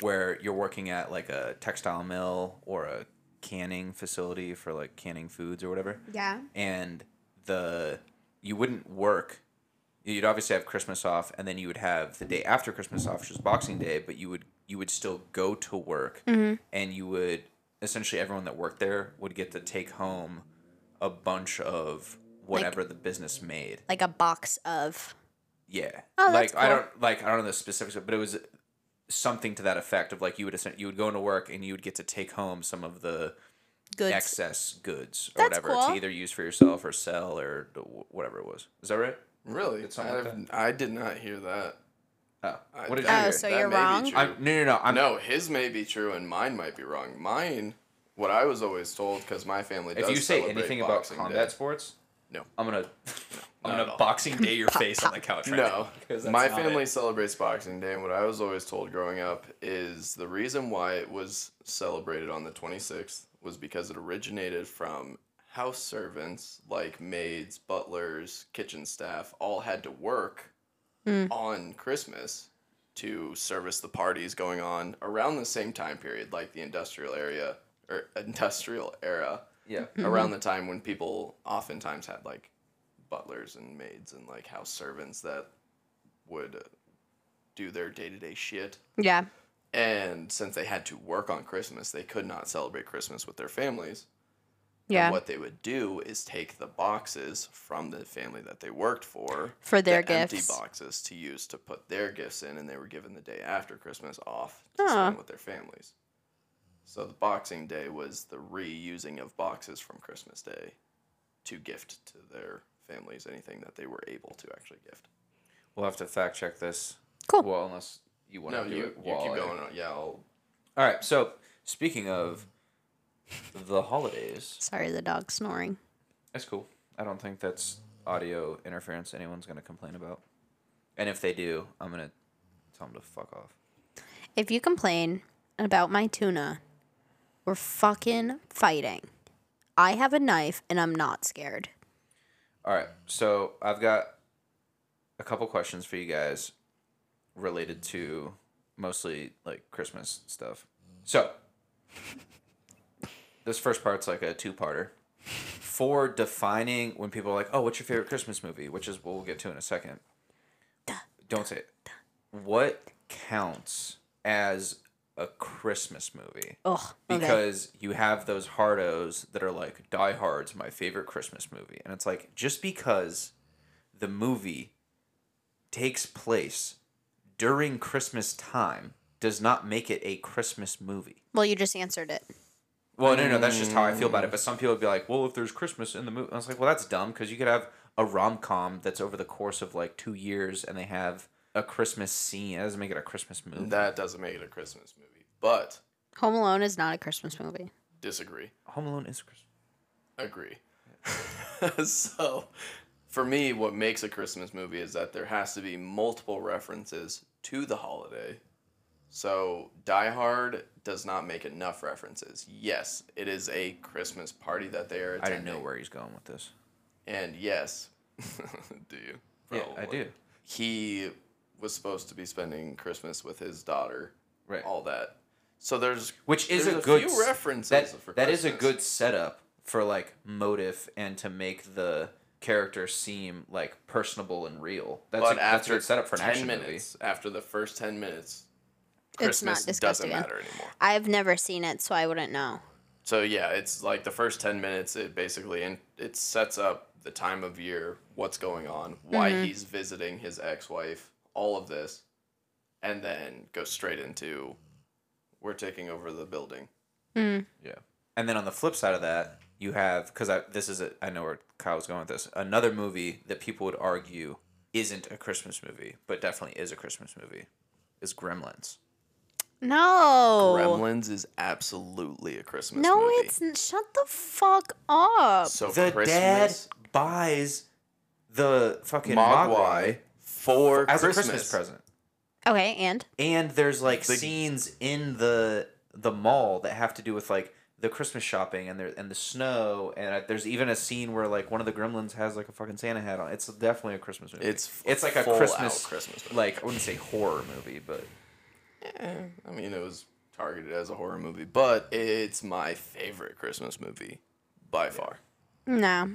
where you're working at like a textile mill or a canning facility for like canning foods or whatever, Yeah. and the you wouldn't work. You'd obviously have Christmas off, and then you would have the day after Christmas off, which is Boxing Day. But you would you would still go to work, Mm-hmm. and you would essentially everyone that worked there would get to take home a bunch of whatever the business made. Like a box of. Yeah. Oh, like that's I cool. don't like I don't know the specifics, but it was something to that effect of like you would essen- you would go into work and you would get to take home some of the Goods. excess goods or That's whatever cool. to either use for yourself or sell or wh- whatever it was. Is that right? Really? It's something like I've, I did not hear that. Oh, I- what did that- you? Oh, hear? so that you're may be wrong? true. I'm, no, no, no. I'm, No, his may be true and mine might be wrong. Mine, what I was always told, because my family does If you say celebrate anything about Boxing Day. combat sports, No. I'm gonna, I'm not at gonna all. boxing day your face on the couch. Right No, because that's my not family it. celebrates Boxing Day, and what I was always told growing up is the reason why it was celebrated on the 26th was because it originated from house servants like maids, butlers, kitchen staff, all had to work on Christmas to service the parties going on around the same time period, like the industrial area or industrial era Yeah. around the time when people oftentimes had like butlers and maids and like house servants that would uh, do their day-to-day shit Yeah. and since they had to work on christmas they could not celebrate christmas with their families And Yeah. what they would do is take the boxes from the family that they worked for For their the empty gifts. boxes to use to put their gifts in and they were given the day after christmas off to Huh. spend with their families so the boxing day was the reusing of boxes from christmas day to gift to their families anything that they were able to actually gift We'll have to fact check this. Cool. Well, unless you want no to do you, it. you while keep I- going on yeah I'll, All right. So speaking of the holidays, Sorry, the dog snoring. that's cool. I don't think that's audio interference anyone's gonna complain about. And if they do, I'm gonna tell them to fuck off. If you complain about my tuna, we're fucking fighting. I have a knife and I'm not scared. All right. So I've got a couple questions for you guys related to mostly like Christmas stuff. So this first part's like a two parter. For defining when people are like, oh, what's your favorite Christmas movie? Which is what we'll get to in a second. Don't say it. What counts as a Christmas movie? Ugh. okay. because you have those hardos that are like Die Hard's my favorite Christmas movie, and it's like just because the movie takes place during Christmas time does not make it a Christmas movie. Well, you just answered it. Well, no, no, that's just how I feel about Mm. it. But some people would be like, "Well, if there's Christmas in the movie," I was like, "Well, that's dumb because you could have a rom com that's over the course of like two years, and they have a Christmas scene. That doesn't make it a Christmas movie." That doesn't make it a Christmas movie, but Home Alone is not a Christmas movie. disagree. Home Alone is Christmas. Agree. so, for me, what makes a Christmas movie is that there has to be multiple references to the holiday. So, Die Hard does not make enough references. Yes, it is a Christmas party that they are I attending. didn't know where he's going with this. And yes, do you? Yeah, I Probably. do. He was supposed to be spending Christmas with his daughter. Right. All that. So there's which is there's a good few s- references that, for that is a Christmas. good setup for like motive and to make the character seem like personable and real that's, but a, that's a after good setup for an 10 action minutes, after the first 10 minutes, It's not Christmas discussed doesn't again. matter anymore. I've never seen it, so I wouldn't know. So yeah, it's like the first 10 minutes it basically and it sets up the time of year, what's going on, why Mm-hmm. he's visiting his ex-wife, all of this, and then go straight into we're taking over the building. movie yeah and then on the flip side of that you have because I, this is a, I know where kyle's going with this another movie that people would argue isn't a christmas movie but definitely is a christmas movie is gremlins No. Gremlins is absolutely a Christmas Oh. no, movie. it's n- shut the fuck up. so the Christmas dad buys the fucking Mogwai mogwai for as Christmas. a christmas present Okay, and and there's like The- scenes in the the mall that have to do with like the Christmas shopping and there and the snow and uh, there's even a scene where like one of the gremlins has like a fucking Santa hat on. It's definitely a Christmas movie. It's f- it's like a full-out Christmas Christmas movie. like I wouldn't say horror movie, but I mean, it was targeted as a horror movie, but it's my favorite Christmas movie by far. no.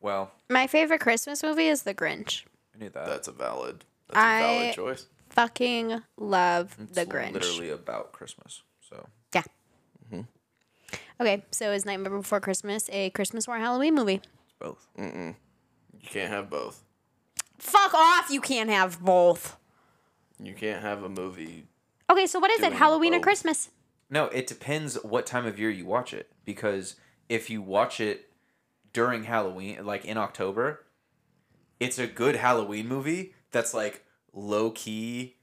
well, My favorite Christmas movie is The Grinch. I knew that. That's a valid. That's a I- valid choice. Fucking love The It's Grinch. Literally about Christmas. So Yeah. Mm-hmm. Okay, so is Nightmare Before Christmas a Christmas or Halloween movie? it's both. You can't have both. Fuck off! You can't have both. You can't have a movie. Okay, so what is it? Doing Halloween or both. Christmas? No, it depends what time of year you watch it because if you watch it during Halloween, like in October, it's a good Halloween movie that's like low key,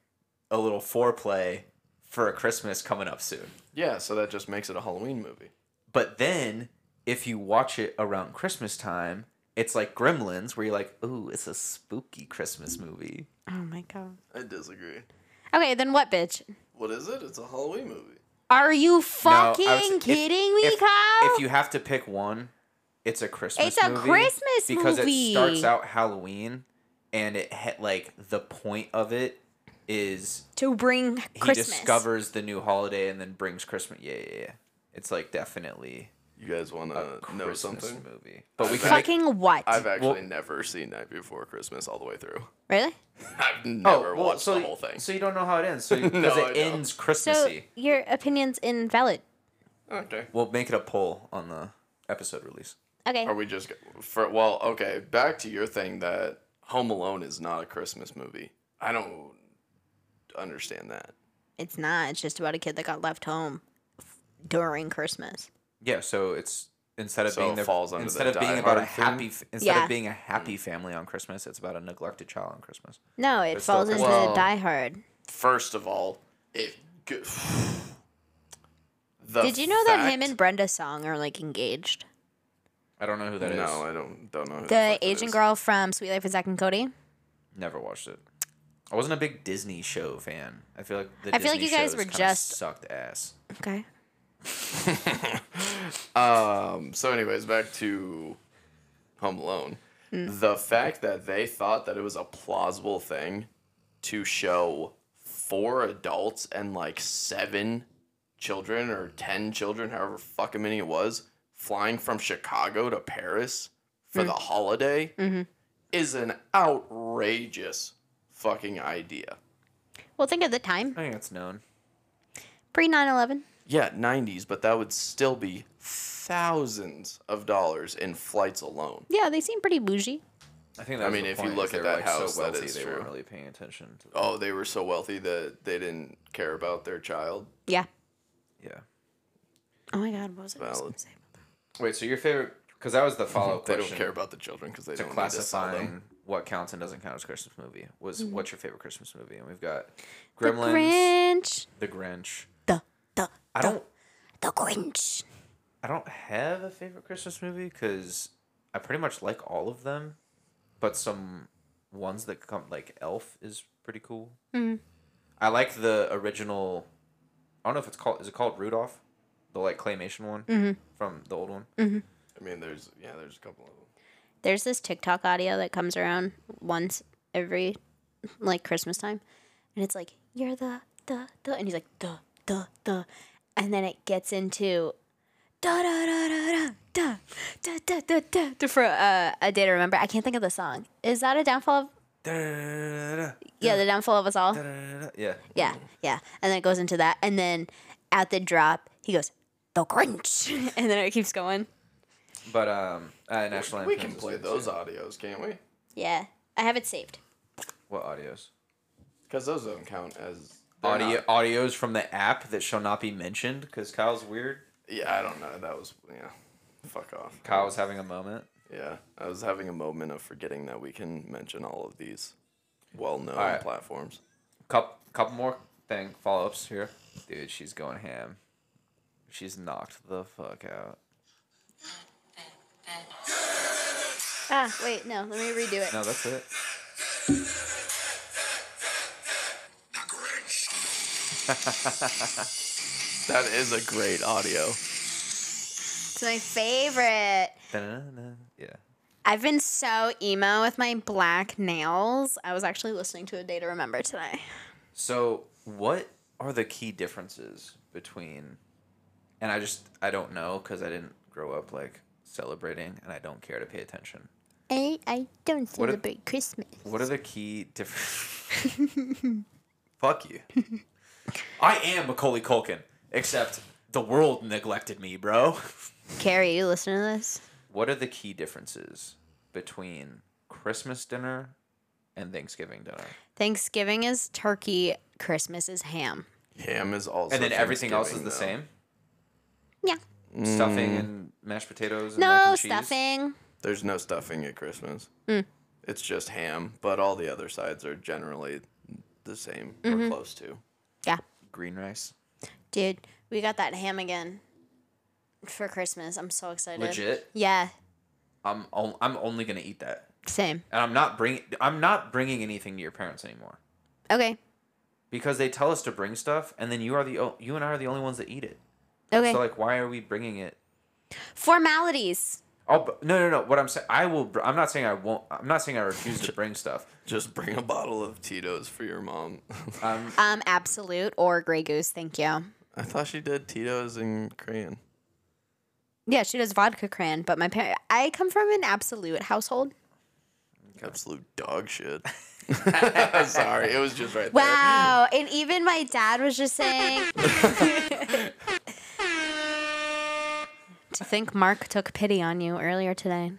a little foreplay for a Christmas coming up soon. Yeah, so that just makes it a Halloween movie. But then if you watch it around Christmas time, it's like Gremlins where you're like, "Ooh, it's a spooky Christmas movie." Oh my god. I disagree. Okay, then what, bitch? What is it? It's a Halloween movie. Are you I was- fucking if- kidding me, if, Kyle? If you have to pick one, it's a Christmas. It's a movie Christmas because movie. it starts out Halloween, and it ha- like the point of it is to bring he Christmas. discovers the new holiday and then brings Christmas. Yeah, yeah, yeah. It's like definitely You guys want a to Uh, know Christmas something? movie, but we can make- fucking what? I've actually Well- never seen Night Before Christmas all the way through. really? I've oh, never well, watched so the y- whole thing. So you don't know how it ends, so because No, I it don't. ends So Christmassy. your opinion's invalid. okay. we'll make it a poll on the episode release. Okay. Are we just go- for well, okay, back to your thing that Home Alone is not a Christmas movie. I don't understand that. It's not. It's just about a kid that got left home f- during Christmas. Yeah, so it's instead of So being it the, falls under instead the of being Die about a Hard thing? happy f- instead Yeah. of being a happy family on Christmas, it's about a neglected child on Christmas. No, it It's still falls into Christmas. Well- Die Hard. First of all, it g- the Did you know that him fact- and Brenda Song are like engaged? I don't know who that is. No, I don't don't know. who The fuck that Asian is. girl from Sweet Life of Zack and Cody. Never watched it. I wasn't a big Disney show fan. I feel like the I feel like Disney you guys shows were kinda just- sucked ass. Okay. Um, so, anyways, back to Home Alone. The fact that they thought that it was a plausible thing to show four adults and like seven children or ten children, however fucking many it was, flying from Chicago to Paris for the holiday is an outrageous fucking idea. Well, think of the time I think it's known. pre 9 11. Yeah, 90s, but that would still be thousands of dollars in flights alone. Yeah, they seem pretty bougie. I think. That I was mean, the if you point, is look at they were, that like, house, so that wealthy is they true. weren't really paying attention. To Oh, they were so wealthy that they didn't care about their child. Yeah. yeah. Oh my God, what was it? Valid. Wait, so your favorite? Because that was the follow up They question. don't care about the children because they to don't need to sell them. classifying what counts and doesn't count as Christmas movie was what's your favorite Christmas movie? And we've got The Gremlins, Grinch. The Grinch. The, the, I don't. the Grinch. I don't have a favorite Christmas movie because I pretty much like all of them, but some ones that come like Elf is pretty cool. I like the original. I don't know if it's called. Is it called Rudolph? The like claymation one from the old one. I mean, there's yeah, there's a couple of them. there's this TikTok audio that comes around once every like Christmas time, and it's like you're the the the, and he's like the the the, and then it gets into da da da da da da da da da da, da for uh, a day to remember. I can't think of the song. Is that a downfall of? Yeah, the downfall of us all. Yeah. Yeah, yeah. And then it goes into that, and then at the drop, he goes the Grinch, and then it keeps going. But um, uh, National We Lampoon's can is play good, those too. audios, can't we? Yeah, I have it saved. What audios? Because those don't count as they're Audio not- audios from the app that shall not be mentioned because Kyle's weird. yeah, I don't know. That was yeah. Fuck off. Kyle's having a moment. Yeah, I was having a moment of forgetting that we can mention all of these well-known All right. platforms. Couple, couple more thing follow ups here, dude. She's going ham. She's knocked the fuck out. Ah, wait, no, let me redo it. No, that's it. That is a great audio. It's my favorite. Da-na-na-na. Yeah. I've been so emo with my black nails. I was actually listening to a day to remember today. So, what are the key differences between? And I just I don't know because I didn't grow up like celebrating, and I don't care to pay attention. I, I don't What if- celebrate Christmas. What are the key differences? Fuck you. I am Macaulay Culkin, except the world neglected me, bro. Carrie, you listen to this? What are the key differences between Christmas dinner and Thanksgiving dinner? Thanksgiving is turkey, Christmas is ham. Ham is also and then everything else is the Thanksgiving, same? Yeah. Stuffing and mashed potatoes and mac No and cheese? stuffing. though. There's no stuffing at Christmas. It's just ham, but all the other sides are generally the same or close to. Yeah. Green rice. Dude, we got that ham again for Christmas. I'm so excited. Legit. Yeah. I'm on- I'm only going to eat that. Same. And I'm not bring I'm not bringing anything to your parents anymore. Okay. Because they tell us to bring stuff and then you are the o- you and I are the only ones that eat it. Okay. So like, why are we bringing it? Formalities. Oh but- no, no, no. What I'm saying, I will. br- I'm not saying I won't. I'm not saying I refuse to bring stuff. Just bring a bottle of Tito's for your mom. Um, Um, absolute or Grey Goose. Thank you. I thought she did Tito's and Korean. Yeah, she does vodka cran, but my parent I come from an absolute household. Absolute dog shit. Sorry, it was just right Wow. And even my dad was just saying To think Mark took pity on you earlier today.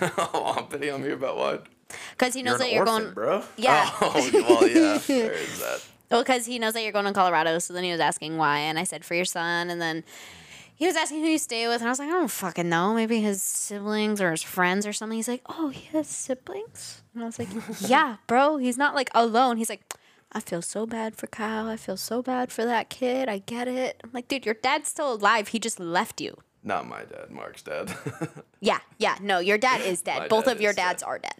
there. oh, I'm pity on me about what? Because he knows that an you're orphan, going bro. Yeah. Oh, well, yeah, there is that. Well, because he knows that you're going to Colorado, so then he was asking why, and I said for your son, and then he was asking who you stay with, and I was like, I don't fucking know, maybe his siblings or his friends or something. He's like, oh, he has siblings, and I was like, yeah, bro, he's not like alone. He's like, I feel so bad for Kyle. I feel so bad for that kid. I get it. I'm like, dude, your dad's still alive. He just left you. Not my dad, Mark's dad. Yeah, yeah, no, your dad is dead. My Both dad of your is dead. dads are dead.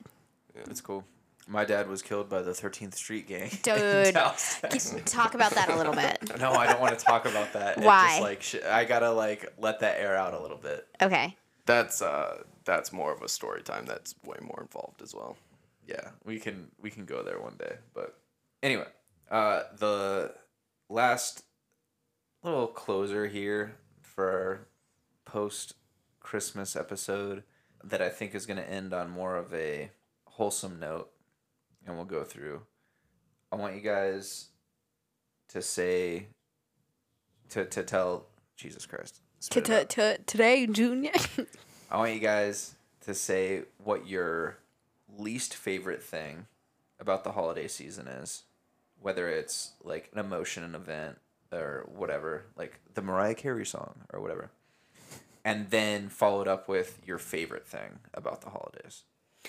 That's cool. my dad was killed by the 13th Street Gang. in Dude. Dallas, Texas. Can- Talk about that a little bit. No, I don't want to talk about that. It Why? Just, like sh- I gotta like let that air out a little bit. Okay. That's uh, that's more of a story time. That's way more involved as well. Yeah, we can we can go there one day. But anyway, uh, the last little closer here for our post Christmas episode that I think is gonna end on more of a wholesome note, and we'll go through. I want you guys to say to to tell Jesus Christ. spit it out. Today, Junior. I want you guys to say what your least favorite thing about the holiday season is, whether it's like an emotion, an event, or whatever, like the Mariah Carey song or whatever. And then follow it up with your favorite thing about the holidays.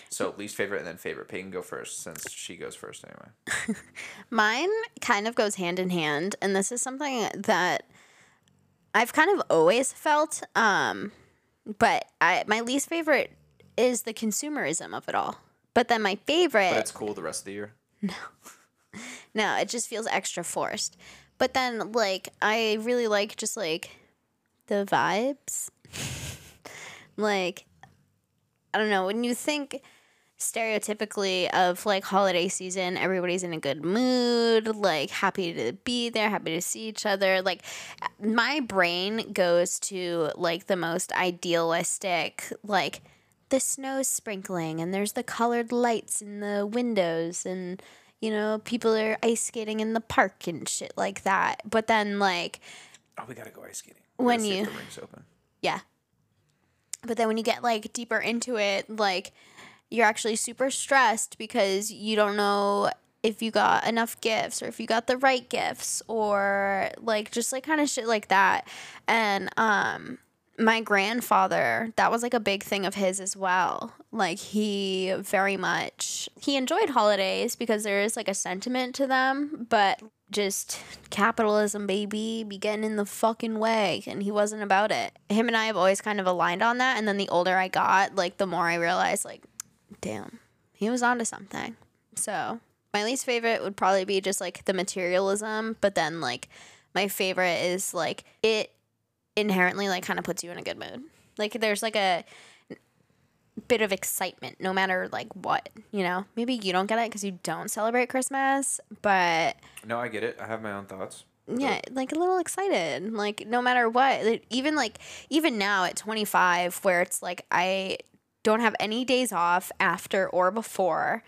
So least favorite and then favorite. Peyton go first since she goes first anyway. Mine kind of goes hand in hand, and this is something that I've kind of always felt. Um, but I, my least favorite is the consumerism of it all. But then my favorite, But it's cool the rest of the year. no, it just feels extra forced. But then, like, I really like just like the vibes. like, I don't know, when you think stereotypically of like holiday season, everybody's in a good mood, like happy to be there, happy to see each other. Like my brain goes to like the most idealistic, like the snow sprinkling and there's the colored lights in the windows and you know, people are ice skating in the park and shit like that. But then like Oh, we gotta go ice skating. When Gotta see if you- the ring's open. yeah. But then when you get like deeper into it, like you're actually super stressed because you don't know if you got enough gifts or if you got the right gifts or like just like kind of shit like that. And um my grandfather, that was like a big thing of his as well. Like he very much he enjoyed holidays because there is like a sentiment to them, but just capitalism baby be getting in the fucking way and he wasn't about it. Him and I have always kind of aligned on that and then the older I got, like the more I realized like damn, he was onto something. So, my least favorite would probably be just like the materialism, but then like my favorite is like it inherently like kind of puts you in a good mood. Like there's like a bit of excitement no matter like what, you know? Maybe you don't get it cuz you don't celebrate Christmas, but No, I get it. I have my own thoughts. yeah, like a little excited. Like no matter what, Like, even like even now at 25 where it's like I don't have any days off after or before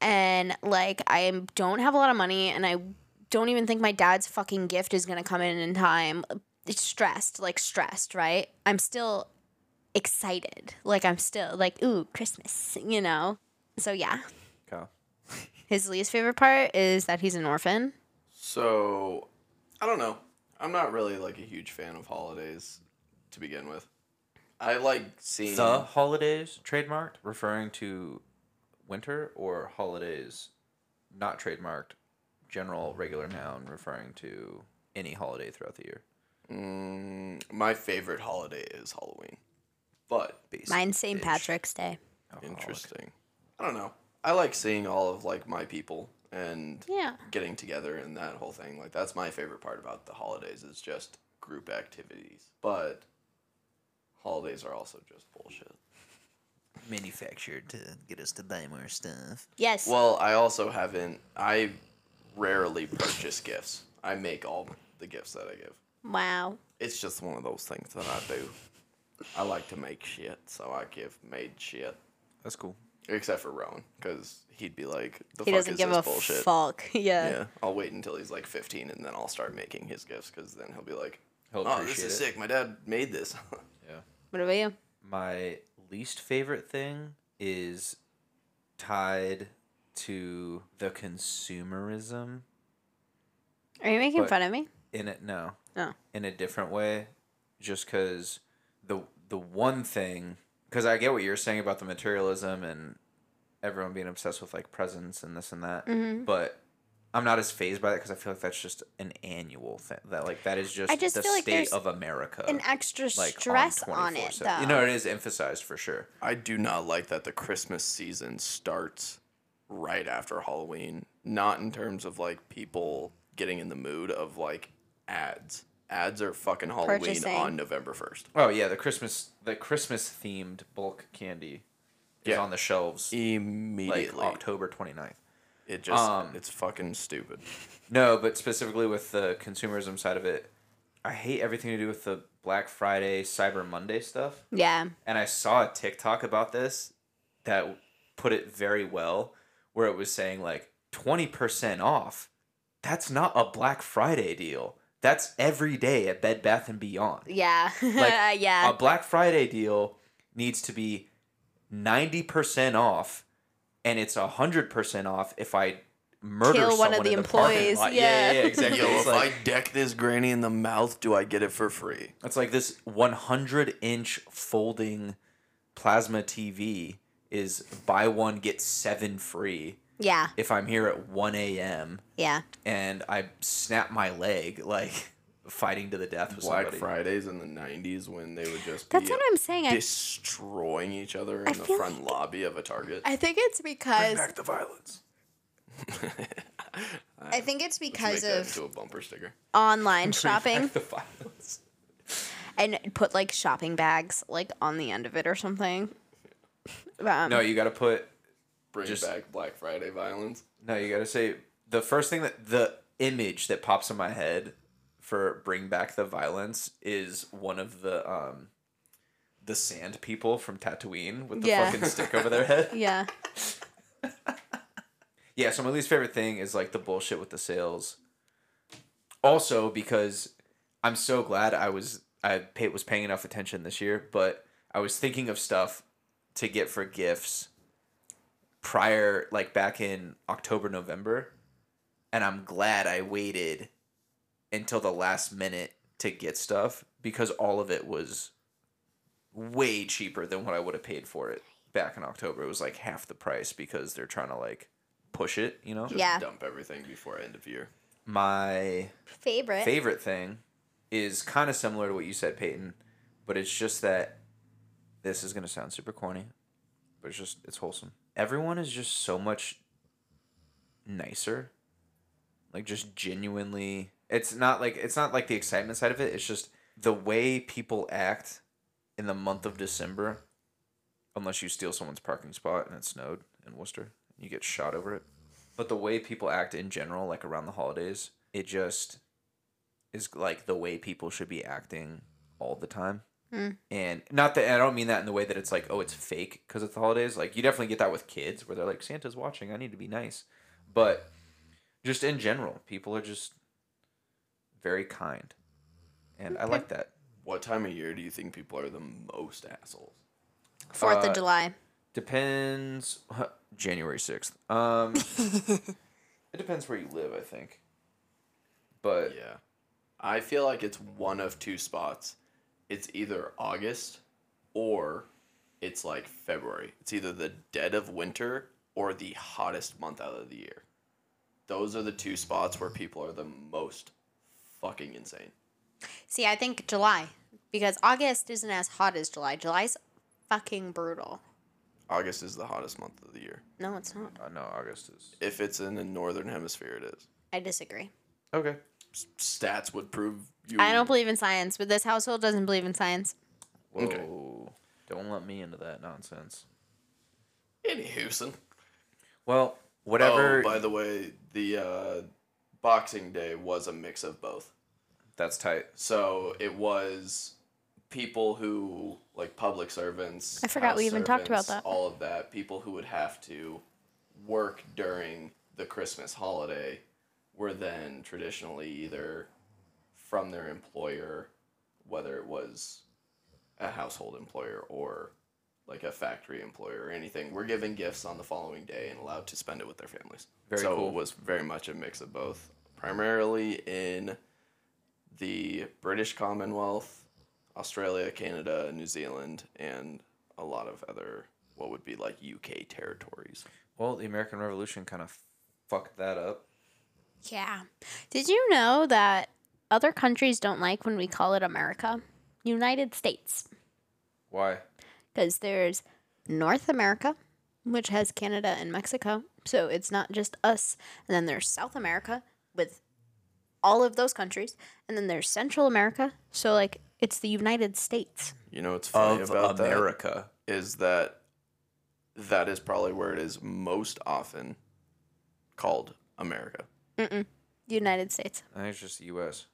and like I am- don't have a lot of money and I don't even think my dad's fucking gift is going to come in in time. It's stressed, like stressed, right? I'm still excited. Like I'm still like ooh, Christmas, you know. So yeah. Kyle. His least favorite part is that he's an orphan. So, I don't know. I'm not really like a huge fan of holidays to begin with. I like seeing the holidays trademarked referring to winter or holidays not trademarked general regular noun referring to any holiday throughout the year Mm, my favorite holiday is Halloween. But Basic Mine's St. bitch. Patrick's Day. Alcoholic. interesting. I don't know. I like seeing all of like my people and Yeah. getting together and that whole thing. Like that's my favorite part about the holidays is just group activities. But holidays are also just bullshit. manufactured to get us to buy more stuff. Yes. Well, I also haven't. I rarely purchase gifts. I make all the gifts that I give. wow. It's just one of those things that I do. I like to make shit, so I give made shit. that's cool Except for Rowan, because he'd be like, "The He fuck doesn't is give this a bullshit." fuck. Yeah. Yeah, I'll wait until he's like 15, and then I'll start making his gifts, because then he'll be like, He'll "Oh, this appreciate is it." sick. My dad made this." yeah What about you? my least favorite thing is tied to the consumerism Are you making But- fun of me? in it no No. in a different way just because the the one thing because i get what you're saying about the materialism and everyone being obsessed with like presents and this and that Mm-hmm. but i'm not as phased by that because i feel like that's just an annual thing that like that is just just the feel like state there's of america An extra like stress on, it, 24/7. though. you know it is emphasized for sure I do not like that the Christmas season starts right after Halloween, not in terms of like people getting in the mood of like ads. Ads are fucking Halloween Purchasing. on November 1st. Oh yeah, the Christmas the Christmas themed bulk candy is Yeah. on the shelves like Immediately. October 29th. it just um, it's fucking stupid. No, but specifically with the consumerism side of it, I hate everything to do with the Black Friday, Cyber Monday stuff. Yeah. and I saw a TikTok about this that put it very well, where it was saying like twenty percent off. That's not a Black Friday deal. That's every day at Bed Bath and Beyond. Yeah. Like, yeah. A um, Black Friday deal needs to be ninety percent off, and it's hundred percent off if I murder Kill someone one of the in the parking employees, lot. Yeah, yeah, yeah. yeah, exactly. Yo, it's, if like, I deck this granny in the mouth, do I get it for free? it's like this one hundred inch folding plasma TV is buy one get seven free. yeah. if I'm here at 1 a.m. Yeah. and I snap my leg, like fighting to the death with Black somebody. Fridays in the '90s when they would just That's be what I'm saying. I, destroying each other in I the feel front lobby of a Target. I think it's because the violence. I think it's Make because that of into a bumper sticker. online shopping the violence. and put like shopping bags like on the end of it or something. Um, No, you gotta put. Bring Just- back Black Friday violence. No, you gotta say the first thing that the image that pops in my head for bring back the violence is one of the um, the sand people from Tatooine with the Yeah. fucking stick over their head. Yeah. Yeah, so my least favorite thing is like the bullshit with the sales. Also, because I'm so glad I was I pay, was paying enough attention this year, but I was thinking of stuff to get for gifts prior, like back in October, November, and I'm glad I waited until the last minute to get stuff because all of it was way cheaper than what I would have paid for it back in October. It was like half the price because they're trying to like push it, you know? Just Yeah. dump everything before end of year. My Favorite. favorite thing is kind of similar to what you said, Peyton, but it's just that this is gonna sound super corny, but it's just it's wholesome. Everyone is just so much nicer, like just genuinely. It's not like it's not like the excitement side of it. It's just the way people act in the month of December, unless you steal someone's parking spot and it snowed in Worcester, you get shot over it. But the way people act in general, like around the holidays, it just is like the way people should be acting all the time. And not that I don't mean that in the way that it's like, oh, it's fake because it's the holidays. Like, you definitely get that with kids where they're like, Santa's watching. I need to be nice. But just in general, people are just very kind. And I like that. What time of year do you think people are the most assholes? Fourth uh, of July. Depends. January 6th. Um, it depends where you live, I think. But Yeah. I feel like it's one of two spots. It's either August or it's like February. It's either the dead of winter or the hottest month out of the year. Those are the two spots where people are the most fucking insane. See, I think July because August isn't as hot as July. July's fucking brutal. August is the hottest month of the year. No, it's not. I know uh, August is. If it's in the northern hemisphere, it is. I disagree. Okay. S- Stats would prove you. I don't believe in science, but this household doesn't believe in science. Whoa. Okay. Don't let me into that nonsense. Any Houston. Well, whatever. Oh, by the way, the uh, Boxing Day was a mix of both. That's tight. So it was people who like public servants. I forgot we house even talked about servants, that. All of that people who would have to work during the Christmas holiday were then traditionally either from their employer, whether it was a household employer or like a factory employer or anything, were given gifts on the following day and allowed to spend it with their families. Very so cool. it was very much a mix of both, primarily in the British Commonwealth, Australia, Canada, New Zealand, and a lot of other what would be like UK territories. Well, the American Revolution kind of fucked that up. Yeah. Did you know that other countries don't like when we call it America? United States. Why? Because there's North America, which has Canada and Mexico. So it's not just us. And then there's South America with all of those countries. And then there's Central America. So, like, it's the United States. You know what's funny of about that America. is that that is probably where it is most often called America. United States. I think it's just the U.S.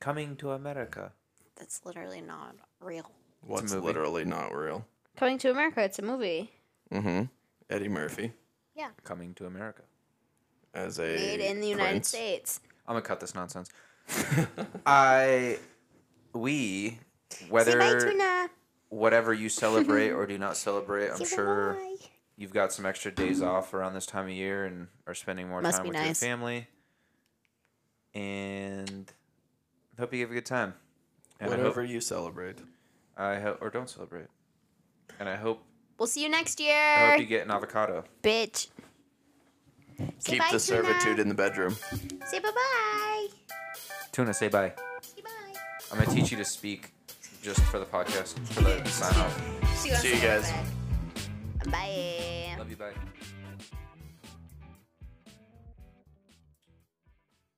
Coming to America. That's literally not real. What's movie. literally not real. Coming to America, it's a movie. Mm-hmm. Eddie Murphy Yeah. Coming to America. as a Made in the United prince. States. I'm gonna cut this nonsense. I, we, whether tuna. whatever you celebrate or do not celebrate, I'm sure you've got some extra days off around this time of year and are spending more Must time be with nice. your family. And hope you have a good time. And I hope- Whatever you celebrate. I hope, or don't celebrate. And I hope, We'll see you next I year, hope you get an avocado. bitch. Say Keep bye, the servitude Tuna. in the bedroom. Say bye bye. Tuna, say bye. Say bye. I'm gonna teach you to speak, just for the podcast, for the sign off. See you, See you guys. Bye. Love you, bye.